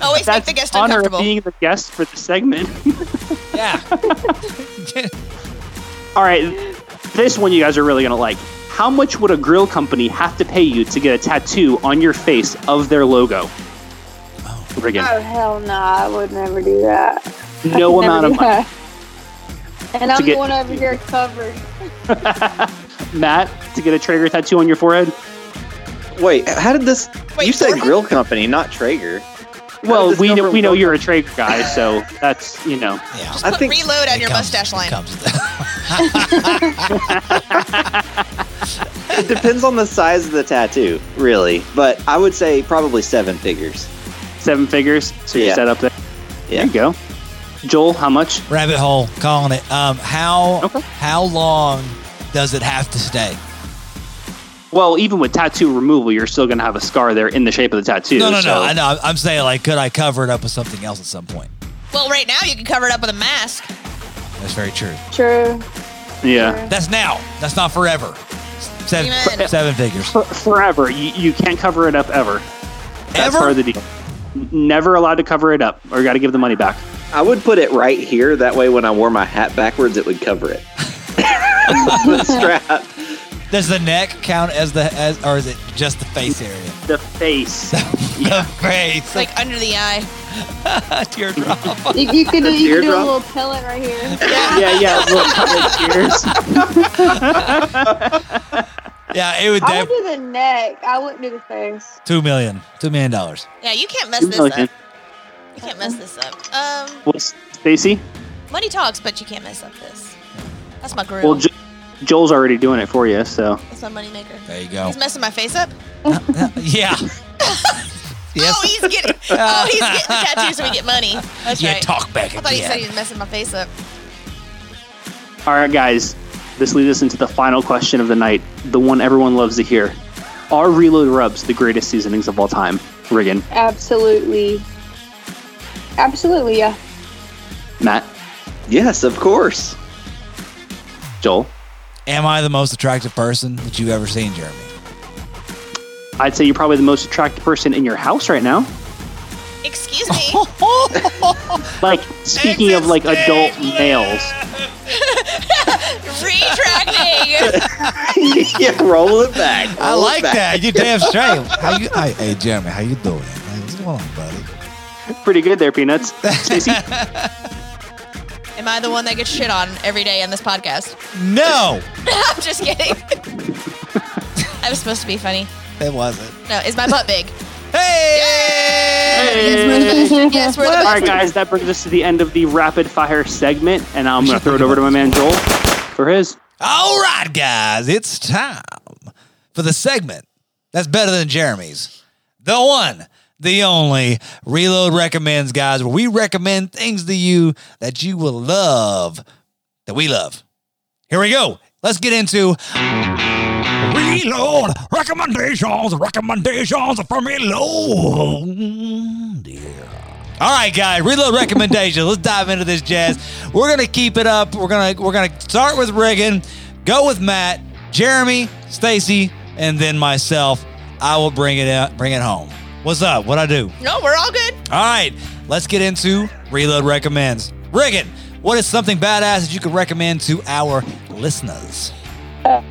Speaker 3: Always make the guest
Speaker 7: honor of
Speaker 3: uncomfortable.
Speaker 7: being the guest for
Speaker 2: [LAUGHS]
Speaker 7: the segment.
Speaker 1: Yeah.
Speaker 7: [LAUGHS] All right, this one you guys are really going to like. How much would a grill company have to pay you to get a tattoo on your face of their logo? Riggin.
Speaker 4: oh hell no! I would never do that.
Speaker 7: no
Speaker 4: Never
Speaker 7: amount
Speaker 4: do
Speaker 7: of money.
Speaker 4: [LAUGHS] that. And I'm
Speaker 7: get-
Speaker 4: going over here covered.
Speaker 7: Matt, to get a Traeger tattoo on your forehead?
Speaker 2: Wait, how did this?
Speaker 3: Wait,
Speaker 2: you said
Speaker 3: sorry.
Speaker 2: grill company, not Traeger.
Speaker 7: Well,
Speaker 2: this
Speaker 7: we know,
Speaker 2: number
Speaker 7: we know
Speaker 2: work?
Speaker 7: you're a Traeger guy, so that's, you know.
Speaker 1: Yeah.
Speaker 2: I
Speaker 3: Put
Speaker 2: think
Speaker 3: reload on
Speaker 1: It
Speaker 3: your
Speaker 1: comes-
Speaker 3: mustache
Speaker 1: it
Speaker 3: line.
Speaker 1: comes with
Speaker 2: it depends on the size of the tattoo, really. But I would say probably seven figures.
Speaker 7: seven figures. So you're
Speaker 2: Yeah.
Speaker 7: set up there.
Speaker 2: Yeah.
Speaker 7: There you go. Joel, how much?
Speaker 1: rabbit hole calling it um how
Speaker 7: Okay.
Speaker 1: how long does it have to stay
Speaker 7: Well, even with tattoo removal, you're still going to have a scar there in the shape of the tattoo.
Speaker 1: no no
Speaker 7: so-
Speaker 1: no i know i'm saying like could i cover it up with something else at some point
Speaker 3: Well, right now you can cover it up with a mask.
Speaker 1: that's very true
Speaker 4: True.
Speaker 7: Yeah.
Speaker 1: that's now that's not forever seven,
Speaker 3: Amen.
Speaker 1: seven figures
Speaker 7: For, forever. You, you can't cover it up ever. That's
Speaker 1: Ever?
Speaker 7: part of the deal. N- Never allowed to cover it up, or you got to give the money back.
Speaker 2: I would put it right here. That way, when I wore my hat backwards, it would cover it. [LAUGHS] the strap.
Speaker 1: does the neck count as the as or is it just the face area [LAUGHS]
Speaker 7: The face.
Speaker 1: the face [LAUGHS]
Speaker 3: like under the eye.
Speaker 1: a teardrop
Speaker 4: You, you could do, you could do a
Speaker 2: Teardrop?
Speaker 4: little pellet right here.
Speaker 7: [LAUGHS] yeah, yeah. Little couple of tears. [LAUGHS]
Speaker 1: yeah it would
Speaker 4: I would
Speaker 1: def-
Speaker 4: do the neck. I wouldn't do the face.
Speaker 1: two million two million dollars
Speaker 3: Yeah, you can't mess this
Speaker 7: Okay.
Speaker 3: up. You can't mess this up. Um,
Speaker 7: Well, Stacy.
Speaker 3: money talks, but you can't mess up this. That's my grill.
Speaker 7: Well, jo- Joel's already doing it for you, so
Speaker 3: That's my moneymaker.
Speaker 1: there you go
Speaker 3: He's messing my face up. [LAUGHS]
Speaker 1: yeah yes
Speaker 3: Oh, he's getting.
Speaker 1: [LAUGHS]
Speaker 3: Oh, he's getting the tattoos so we get money. That's
Speaker 1: yeah
Speaker 3: right.
Speaker 1: talk back
Speaker 3: I thought he said he
Speaker 1: again
Speaker 3: was messing my face up.
Speaker 7: All right, guys, this leads us into the final question of the night, the one everyone loves to hear. Are reload rubs the greatest seasonings of all time? Riggin,
Speaker 4: Absolutely. Absolutely, yeah.
Speaker 7: Matt,
Speaker 2: Yes, of course. [LAUGHS]
Speaker 7: Joel.
Speaker 1: am i the most attractive person that you've ever seen jeremy
Speaker 7: I'd say you're probably the most attractive person in your house right now.
Speaker 3: Excuse
Speaker 1: [LAUGHS]
Speaker 3: me.
Speaker 7: Like speaking of like adult males,
Speaker 1: [LAUGHS]
Speaker 3: Retracting.
Speaker 2: yeah, roll it back.
Speaker 1: I
Speaker 2: Roll it
Speaker 1: like
Speaker 2: back.
Speaker 1: that. You damn straight. [LAUGHS] How you? Hey, hey, Jeremy, how you doing? Hey, what's going on, buddy?
Speaker 7: pretty good there, peanuts. Stacy,
Speaker 3: Am I the one that gets shit on every day on this podcast? [LAUGHS]
Speaker 1: No,
Speaker 3: I'm just
Speaker 1: [LAUGHS]
Speaker 3: kidding. I was supposed to be funny.
Speaker 1: it wasn't.
Speaker 3: No, is my butt
Speaker 7: [LAUGHS]
Speaker 3: big?
Speaker 1: Hey,
Speaker 3: Yes, we're the
Speaker 7: all
Speaker 3: best.
Speaker 7: right, guys, that brings us to the end of the rapid fire segment, and I'm gonna throw it over to my man Joel for his.
Speaker 1: all right, guys, it's time for the segment that's better than Jeremy's. The one, the only Reload recommends, guys, where we recommend things to you that you will love, that we love. Here we go. Let's get into Reload recommendations, recommendations from Reload. Yeah. All right, guys, Reload recommendations. Let's dive into this jazz. We're gonna keep it up. We're gonna we're gonna start with Reagan, go with Matt, Jeremy, Stacy, and then myself. I will bring it out, bring it home. What's up? What I do?
Speaker 3: No, we're all good.
Speaker 1: All right, let's get into Reload recommends. Reagan, what is something badass that you could recommend to our listeners?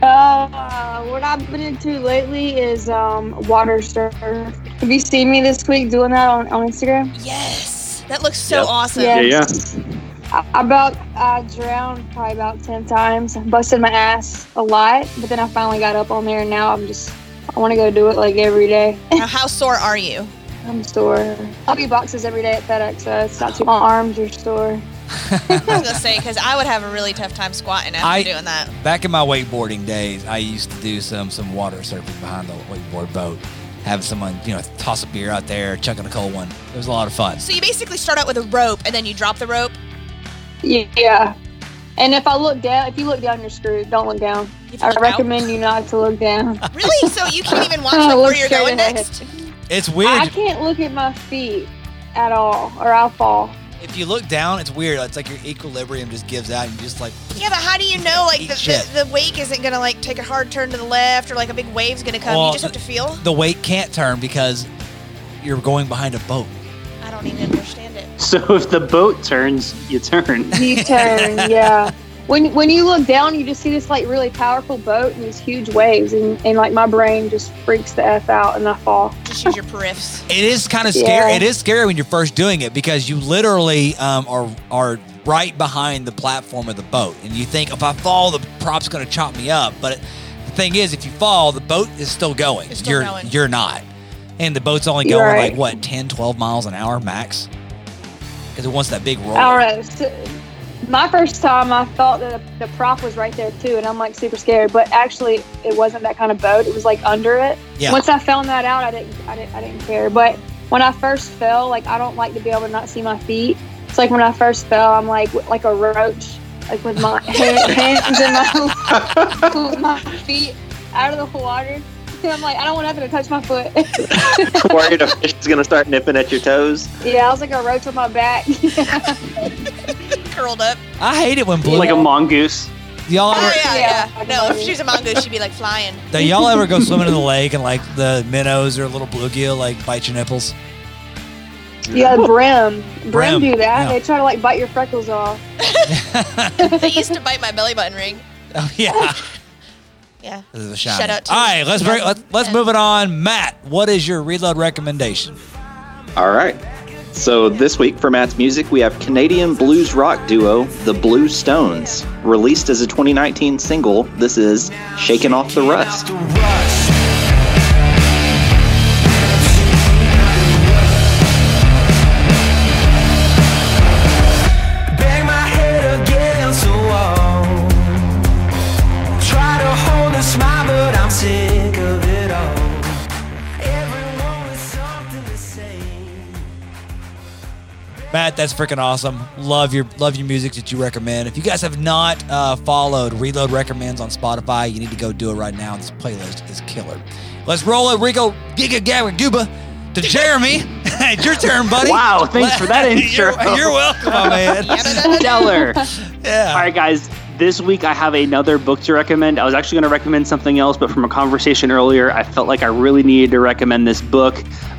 Speaker 4: Uh, what I've been into lately is um, water stir. Have you seen me this week doing that on, on Instagram?
Speaker 3: Yes. That looks so
Speaker 7: Yep.
Speaker 3: awesome.
Speaker 7: yeah.
Speaker 4: I, about I drowned probably about ten times, busted my ass a lot, but then I finally got up on there, and now I'm just I want to go do it like every day.
Speaker 3: Now, how sore are you?
Speaker 4: I'm sore. I'll be boxes every day at FedEx, so it's not too. My arms are sore.
Speaker 3: I was gonna say because I would have a really tough time squatting after
Speaker 1: I-
Speaker 3: doing that.
Speaker 1: Back in my wakeboarding days, I used to do some some water surfing behind the wakeboard boat, have someone you know toss a beer out there, chucking a cold one. It was a lot of fun.
Speaker 3: So you basically start out with a rope and then you drop the rope.
Speaker 4: Yeah. And if I look down, if you look down, you're screwed. Don't look down.
Speaker 3: You
Speaker 4: I
Speaker 3: flip out.
Speaker 4: recommend you not to look down.
Speaker 3: Really? So you can't even
Speaker 4: [LAUGHS]
Speaker 3: watch
Speaker 4: Oh,
Speaker 3: like, where
Speaker 4: look
Speaker 3: you're
Speaker 4: straight
Speaker 3: going
Speaker 4: ahead.
Speaker 3: next?
Speaker 1: It's
Speaker 4: I
Speaker 1: weird.
Speaker 4: can't look at my feet at all, or I'll fall.
Speaker 1: If you look down, it's weird. It's like your equilibrium just gives out, and you just like
Speaker 3: Yeah, but how do you know like
Speaker 1: Eat
Speaker 3: the,
Speaker 1: shit.
Speaker 3: the, the wake isn't gonna like take a hard turn to the left or like a big wave's gonna come?
Speaker 1: Well,
Speaker 3: you just have to feel.
Speaker 1: the weight can't turn because you're going behind a boat.
Speaker 3: I don't even understand it.
Speaker 7: So if the boat turns, you
Speaker 4: [LAUGHS]
Speaker 7: turn.
Speaker 4: You turn, yeah. When when you look down, you just see this like really powerful boat and these huge waves, and, and like my brain just freaks the f out, and I fall.
Speaker 3: Just use your periffs.
Speaker 1: It is kind of scary.
Speaker 4: Yeah.
Speaker 1: It is scary when you're first doing it because you literally um, are are right behind the platform of the boat, and you think if I fall, the prop's going to chop me up. But the thing is, if you fall, the boat is still going.
Speaker 3: It's
Speaker 1: you're
Speaker 3: still going.
Speaker 1: you're not, and the boat's only
Speaker 4: You're
Speaker 1: going
Speaker 4: right.
Speaker 1: like what 10, 12 miles an hour max because it wants that big roll.
Speaker 4: I don't know. So, my first time, I thought that the prop was right there too, and I'm like super scared. But actually, it wasn't that kind of boat. It was like under it.
Speaker 1: Yeah.
Speaker 4: Once I found that out, I didn't, I didn't, I didn't care. But when I first fell, like I don't like to be able to not see my feet. It's like when I first fell, I'm like like a roach, like with my [LAUGHS] hand- hands and my, [LAUGHS] with my feet out of the water. And I'm like, I don't want nothing to touch my foot. [LAUGHS]
Speaker 8: Worried a fish is gonna start nipping at your toes.
Speaker 4: yeah, I was like a roach on my back. [LAUGHS]
Speaker 3: Curled up.
Speaker 1: I hate it when blue.
Speaker 7: Like a mongoose.
Speaker 1: y'all
Speaker 3: Oh
Speaker 1: ever,
Speaker 3: yeah,
Speaker 4: Yeah.
Speaker 3: yeah. No, if she was a mongoose, she'd be like flying.
Speaker 1: do y'all ever go swimming in the lake and like the minnows or little bluegill like bite your nipples?
Speaker 4: Yeah, brim. Brim,
Speaker 1: Brim,
Speaker 4: do that.
Speaker 1: yeah.
Speaker 4: They try to like bite your freckles off.
Speaker 3: they used to bite my belly button ring.
Speaker 1: Oh yeah.
Speaker 3: Yeah.
Speaker 1: This is a
Speaker 3: Shout out to-
Speaker 1: All right, let's bring, let, let's move it on. Matt, what is your reload recommendation?
Speaker 2: All right. So this week for Matt's music, we have Canadian blues rock duo The Blue Stones, released as a 2019 single. This is "Shaking Off the Rust." [LAUGHS]
Speaker 9: Bang my head against the wall. Try to hold a smile, but I'm sick of it all. Everyone with something to say.
Speaker 1: Matt, that's freaking awesome. Love your love your music that you recommend. If you guys have not uh, followed Reload Recommends on Spotify, you need to go do it right now. This playlist is killer. Let's roll it, Rico Giga Gabba Gooba to Jeremy. [LAUGHS] it's your turn, buddy.
Speaker 7: Wow, thanks for
Speaker 1: [LAUGHS]
Speaker 7: that
Speaker 1: You're-
Speaker 7: intro.
Speaker 1: You're, welcome, my man.
Speaker 7: Stellar. All
Speaker 1: yeah.
Speaker 7: right, guys. This week I have another book to recommend. I was actually going to recommend something else, but from a conversation earlier, I felt like I really needed to recommend this book.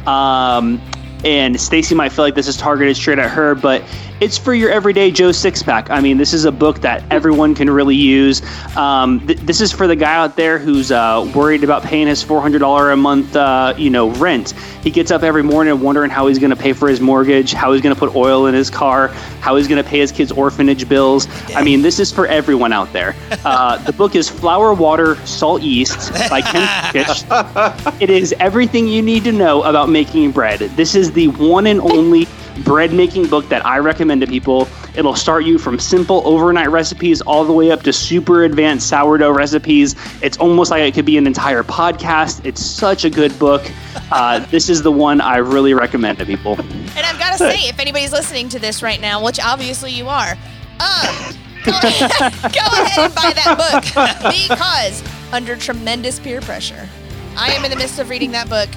Speaker 7: Um, and Stacy might feel like this is targeted straight at her, but it's for your everyday Joe six pack. I mean, this is a book that everyone can really use. Um, th- this is for the guy out there who's uh, worried about paying his four hundred dollar a month, uh, you know, rent. He gets up every morning wondering how he's going to pay for his mortgage, how he's going to put oil in his car, how he's going to pay his kids' orphanage bills. I mean, this is for everyone out there. Uh, the book is Flour, Water, Salt, Yeast by Ken Fish. It is everything you need to know about making bread. This is the one and only bread making book that I recommend to people. It'll start you from simple overnight recipes all the way up to super advanced sourdough recipes. It's almost like it could be an entire podcast. It's such a good book. Uh, this is the one I really recommend to people.
Speaker 3: And I've got to say, if anybody's listening to this right now, which obviously you are, um, go, go ahead and buy that book because under tremendous peer pressure, I am in the midst of reading that book.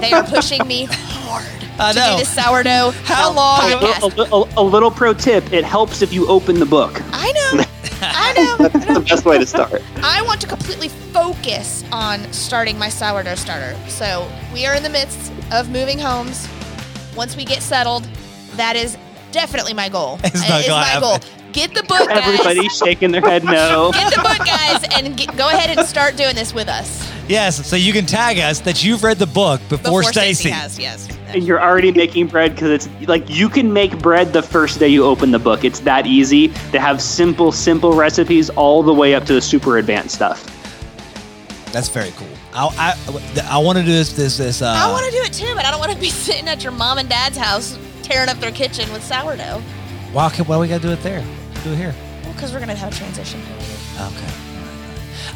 Speaker 3: They are pushing me hard
Speaker 1: I
Speaker 3: to
Speaker 1: know.
Speaker 3: do this sourdough.
Speaker 1: How long-
Speaker 7: A,
Speaker 3: Podcast.
Speaker 7: little- a- a little pro tip it helps if you open the book.
Speaker 3: I know. I know.
Speaker 8: That's the best way to start.
Speaker 3: I want to completely focus on starting my sourdough starter. So we are in the midst of moving homes. Once we get settled, that is definitely my goal.
Speaker 1: [LAUGHS] It's
Speaker 3: It
Speaker 1: not
Speaker 3: is
Speaker 1: gonna
Speaker 3: my
Speaker 1: happen.
Speaker 3: goal. Get the book, guys.
Speaker 7: Everybody's shaking their head no.
Speaker 3: Get the book, guys, and get, go ahead and start doing this with us.
Speaker 1: Yes, so you can tag us that you've read the book before, Stacy.
Speaker 3: Stacey has, yes.
Speaker 7: And you're already making bread because it's like you can make bread the first day you open the book. It's that easy. They have simple, simple recipes all the way up to the super advanced stuff.
Speaker 1: That's very cool. I I, I want to do this this this. Uh,
Speaker 3: I want to do it too, but I don't want to be [LAUGHS] sitting at your mom and dad's house tearing up their kitchen with sourdough.
Speaker 1: Why, can- why we gotta do it there? Do it here.
Speaker 3: Because we're gonna have a transition.
Speaker 1: Okay.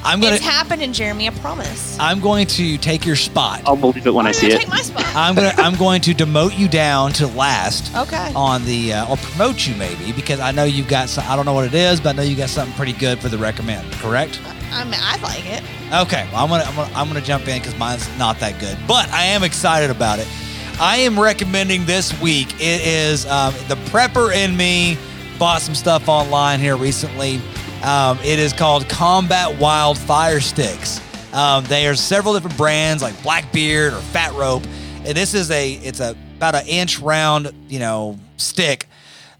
Speaker 1: I'm gonna
Speaker 3: it's happening, Jeremy. I promise.
Speaker 1: I'm going to take your spot.
Speaker 7: I'll believe it when I
Speaker 3: I'm
Speaker 7: see
Speaker 3: gonna
Speaker 7: it.
Speaker 3: take my spot.
Speaker 1: I'm gonna I'm going to demote you down to last. [LAUGHS]
Speaker 3: Okay.
Speaker 1: On the uh, or promote you maybe because I know you've got some, I don't know what it is but I know you got something pretty good for the recommend. Correct?
Speaker 3: I mean, I like it.
Speaker 1: Okay, well, I'm gonna I'm gonna, I'm gonna jump in because mine's not that good, but I am excited about it. I am recommending this week. It is um, the prepper in me bought some stuff online here recently. Um, it is called Combat Wild Fire Sticks. Um, they are several different brands like Blackbeard or Fat Rope, and this is a it's a about an inch round you know stick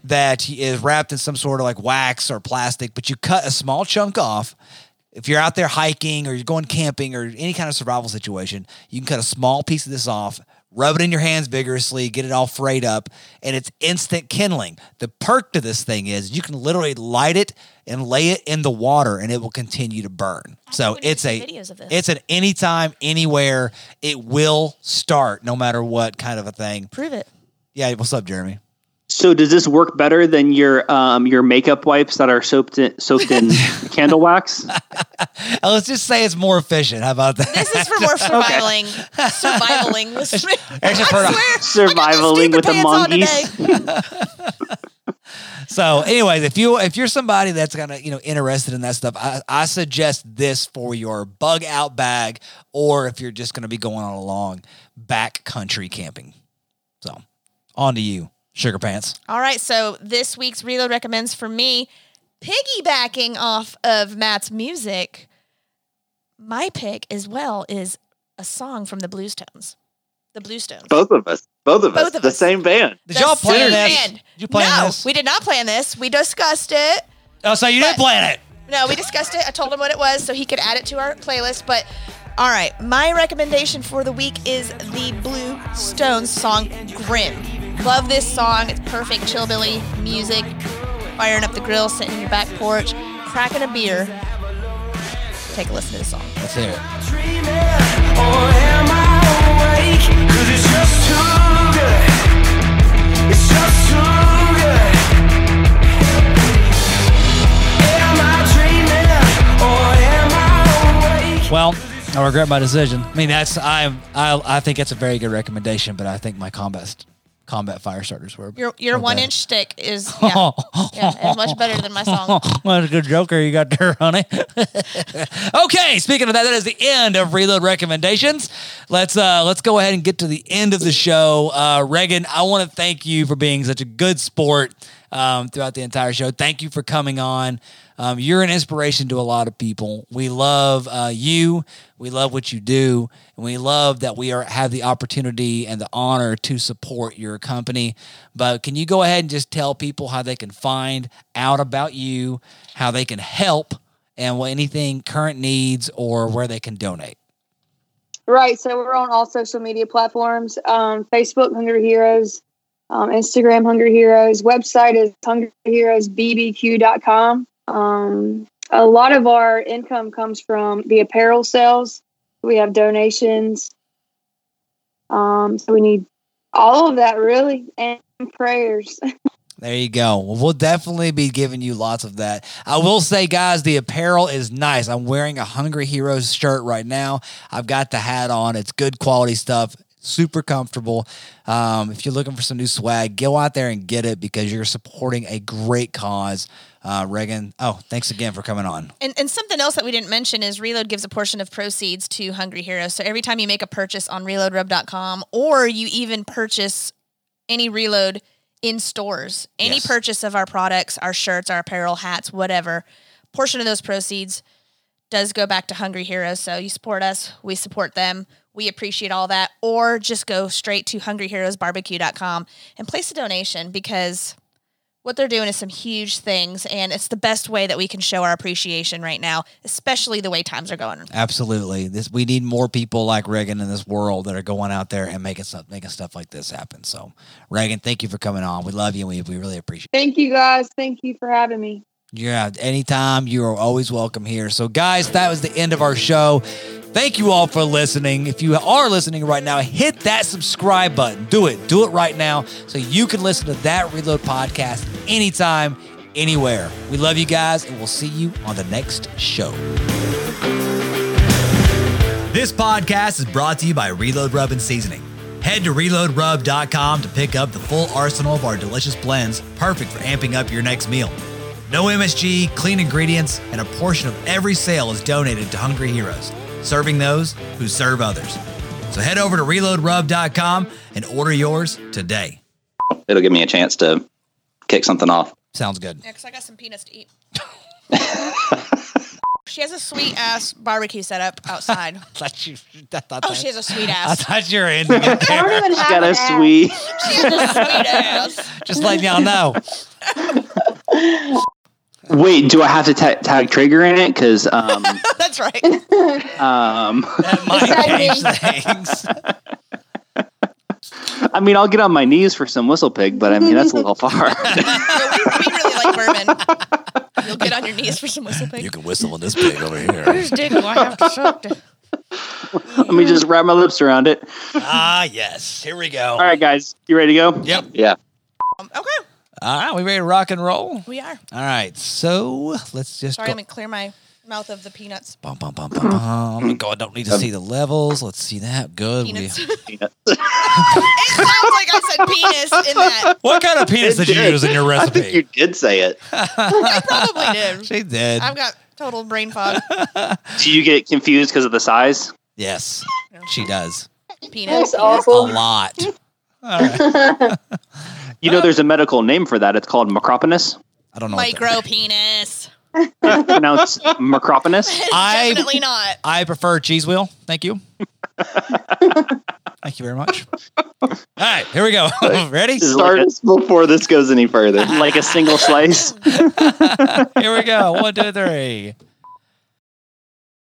Speaker 1: that is wrapped in some sort of like wax or plastic, but you cut a small chunk off. If you're out there hiking or you're going camping or any kind of survival situation, you can cut a small piece of this off, rub it in your hands vigorously, get it all frayed up, and it's instant kindling. The perk to this thing is you can literally light it and lay it in the water and it will continue to burn. So
Speaker 3: we need
Speaker 1: it's
Speaker 3: some
Speaker 1: a
Speaker 3: videos of this.
Speaker 1: it's an anytime, anywhere. It will start no matter what kind of a thing.
Speaker 3: Prove it.
Speaker 1: Yeah, what's up, Jeremy?
Speaker 7: So does this work better than your um, your makeup wipes that are soaked in,
Speaker 4: [LAUGHS]
Speaker 7: soaked in candle wax?
Speaker 1: Uh, let's just say it's more efficient. How about that?
Speaker 3: This is for more survivaling,
Speaker 1: [LAUGHS]
Speaker 3: survivaling. Listen,
Speaker 1: Actually, for-
Speaker 3: I swear,
Speaker 7: [LAUGHS] Survivaling
Speaker 3: stupid
Speaker 7: with the
Speaker 3: pants on
Speaker 7: monkeys.
Speaker 3: today.
Speaker 1: [LAUGHS] So, anyways, if you if you're somebody that's kind of you know interested in that stuff, I, I suggest this for your bug out bag, or if you're just going to be going on a long back country camping. So, on to you, sugar pants.
Speaker 3: All right, so this week's reload recommends for me, piggybacking off of Matt's music. My pick as well is a song from the Blues Tones. The Blues Tones.
Speaker 8: Both of us. Both of
Speaker 3: Both
Speaker 8: us.
Speaker 3: of
Speaker 8: the
Speaker 3: us.
Speaker 8: same band.
Speaker 1: Did y'all plan this?
Speaker 3: Did
Speaker 1: Did you plan
Speaker 3: no,
Speaker 1: this?
Speaker 3: we did not plan this. We discussed it.
Speaker 1: oh, so you did
Speaker 3: but-
Speaker 1: plan it.
Speaker 3: No, we discussed it. I told him what it was so he could add it to our playlist. But all right, my recommendation for the week is the Blue Stones song Grim. Love this song. It's perfect chillbilly music, firing up the grill, sitting in your back porch, cracking a beer. Take a listen to this song.
Speaker 1: Let's hear it.
Speaker 9: Or am I awake? 'Cause it's just too good. It's just too good. Am I dreaming? Or am I awake?
Speaker 1: Well, I regret my decision. I mean, that's I'm I I think that's a very good recommendation, but I think my combat combat fire starters were
Speaker 3: Your your
Speaker 1: were
Speaker 3: one
Speaker 1: better.
Speaker 3: inch stick is yeah, yeah, it's much better than
Speaker 1: [LAUGHS]
Speaker 3: my song.
Speaker 1: What a good joker you got there, honey. [LAUGHS] okay, speaking of that, that is the end of Reload recommendations. Let's uh let's go ahead and get to the end of the show. Uh Reagan, I want to thank you for being such a good sport um, throughout the entire show. Thank you for coming on. Um, you're an inspiration to a lot of people. We love uh, you. We love what you do, and we love that we are have the opportunity and the honor to support your company. But can you go ahead and just tell people how they can find out about you, how they can help, and what anything current needs or where they can donate?
Speaker 4: Right. So we're on all social media platforms um, Facebook, Hungry Heroes, um, Instagram, Hungry Heroes. Website is hungryheroesbbq.com. Um, a lot of our income comes from the apparel sales. We have donations. Um, so we need all of that, really, and prayers. [LAUGHS]
Speaker 1: There you go. Well, we'll definitely be giving you lots of that. I will say, guys, the apparel is nice. I'm wearing a Hungry Heroes shirt right now. I've got the hat on. It's good quality stuff, super comfortable. Um, if you're looking for some new swag, go out there and get it because you're supporting a great cause. Uh, Reagan, oh, thanks again for coming on.
Speaker 3: And, and something else that we didn't mention is Reload gives a portion of proceeds to Hungry Heroes. So every time you make a purchase on reloadrub.com or you even purchase any reload in stores, any
Speaker 1: Yes.
Speaker 3: purchase of our products, our shirts, our apparel, hats, whatever, portion of those proceeds does go back to Hungry Heroes. So you support us, we support them. We appreciate all that. Or just go straight to hungryheroesbarbecue.com and place a donation because what they're doing is some huge things and it's the best way that we can show our appreciation right now especially the way times are going
Speaker 1: Absolutely. This we need more people like Reagan in this world that are going out there and making stuff making stuff like this happen. So, Reagan, thank you for coming on. We love you. and We we really appreciate. it.
Speaker 4: Thank you guys. Thank you for having me.
Speaker 1: Yeah, anytime you are always welcome here. So, guys, that was the end of our show. Thank you all for listening. If you are listening right now, hit that subscribe button. Do it. Do it right now so you can listen to that Reload podcast anytime, anywhere. We love you guys, and we'll see you on the next show.
Speaker 9: Or
Speaker 1: This podcast is brought to you by Reload Rub and Seasoning. Head to reloadrub.com to pick up the full arsenal of our delicious blends, perfect for amping up your next meal. No MSG, clean ingredients, and a portion of every sale is donated to Hungry Heroes, serving those who serve others. So head over to reloadrub.com and order yours today.
Speaker 2: It'll give me a chance to kick something off.
Speaker 1: Sounds good.
Speaker 3: Yeah, 'cause I got some peanuts to eat. she has a sweet ass barbecue setup [LAUGHS] outside.
Speaker 1: Thought you, I thought
Speaker 3: Oh, she has a sweet
Speaker 1: I
Speaker 3: ass.
Speaker 1: thought you were ending
Speaker 3: [LAUGHS]
Speaker 1: it
Speaker 4: I don't
Speaker 1: there.
Speaker 7: [LAUGHS]
Speaker 4: even have
Speaker 7: Got
Speaker 4: an
Speaker 7: a
Speaker 4: app.
Speaker 7: sweet.
Speaker 3: She has a [LAUGHS] sweet ass.
Speaker 1: Just letting y'all know.
Speaker 7: Wait, do I have to ta- tag Traeger in it? Because
Speaker 4: [LAUGHS]
Speaker 7: um,
Speaker 3: That's right.
Speaker 7: um,
Speaker 1: That might change things.
Speaker 7: I mean, I'll get on my knees for some whistle pig, but I mean that's a
Speaker 4: [LAUGHS]
Speaker 7: little far. [LAUGHS]
Speaker 3: Yeah, we, we really like bourbon. You'll get on your knees for some whistle [LAUGHS] pig.
Speaker 5: can whistle on this pig over here.
Speaker 3: Didn't I have to suck to-
Speaker 7: Let me just wrap my lips around it.
Speaker 1: Ah, yes. Here we go.
Speaker 7: All right, guys, you ready to go?
Speaker 1: Yep.
Speaker 2: Yeah.
Speaker 3: Um, okay,
Speaker 1: All right. We ready to rock and roll?
Speaker 3: we are.
Speaker 1: All right. So let's just
Speaker 3: Sorry,
Speaker 1: go.
Speaker 3: let me clear my mouth of the peanuts.
Speaker 1: Bum, bum, bum, bum, bum. God, don't need to see the levels. Let's see that. Good. We-
Speaker 3: Peanuts. [LAUGHS] it sounds like I said penis in that.
Speaker 1: what kind of penis did you use in your
Speaker 8: I think you
Speaker 1: recipe?
Speaker 8: did say it.
Speaker 3: I probably did.
Speaker 1: She did.
Speaker 3: I've got total brain fog.
Speaker 7: Do you get confused because of the size?
Speaker 1: Yes, she does.
Speaker 3: Penis.
Speaker 4: That's
Speaker 3: penis.
Speaker 1: A
Speaker 4: awful.
Speaker 1: lot. All right.
Speaker 7: You know, there's a medical name for that. It's called macropenis.
Speaker 1: I don't know. what that-
Speaker 3: Micro penis.
Speaker 7: Pronounced macropenis.
Speaker 3: It's
Speaker 1: I-
Speaker 3: definitely not.
Speaker 1: I prefer cheese wheel. Thank you. Thank you very much. All right, here we go. [LAUGHS] Ready?
Speaker 7: This is
Speaker 8: Start
Speaker 7: like
Speaker 8: us before this goes any further.
Speaker 7: a, like a single slice.
Speaker 1: Here we go. One, two, three.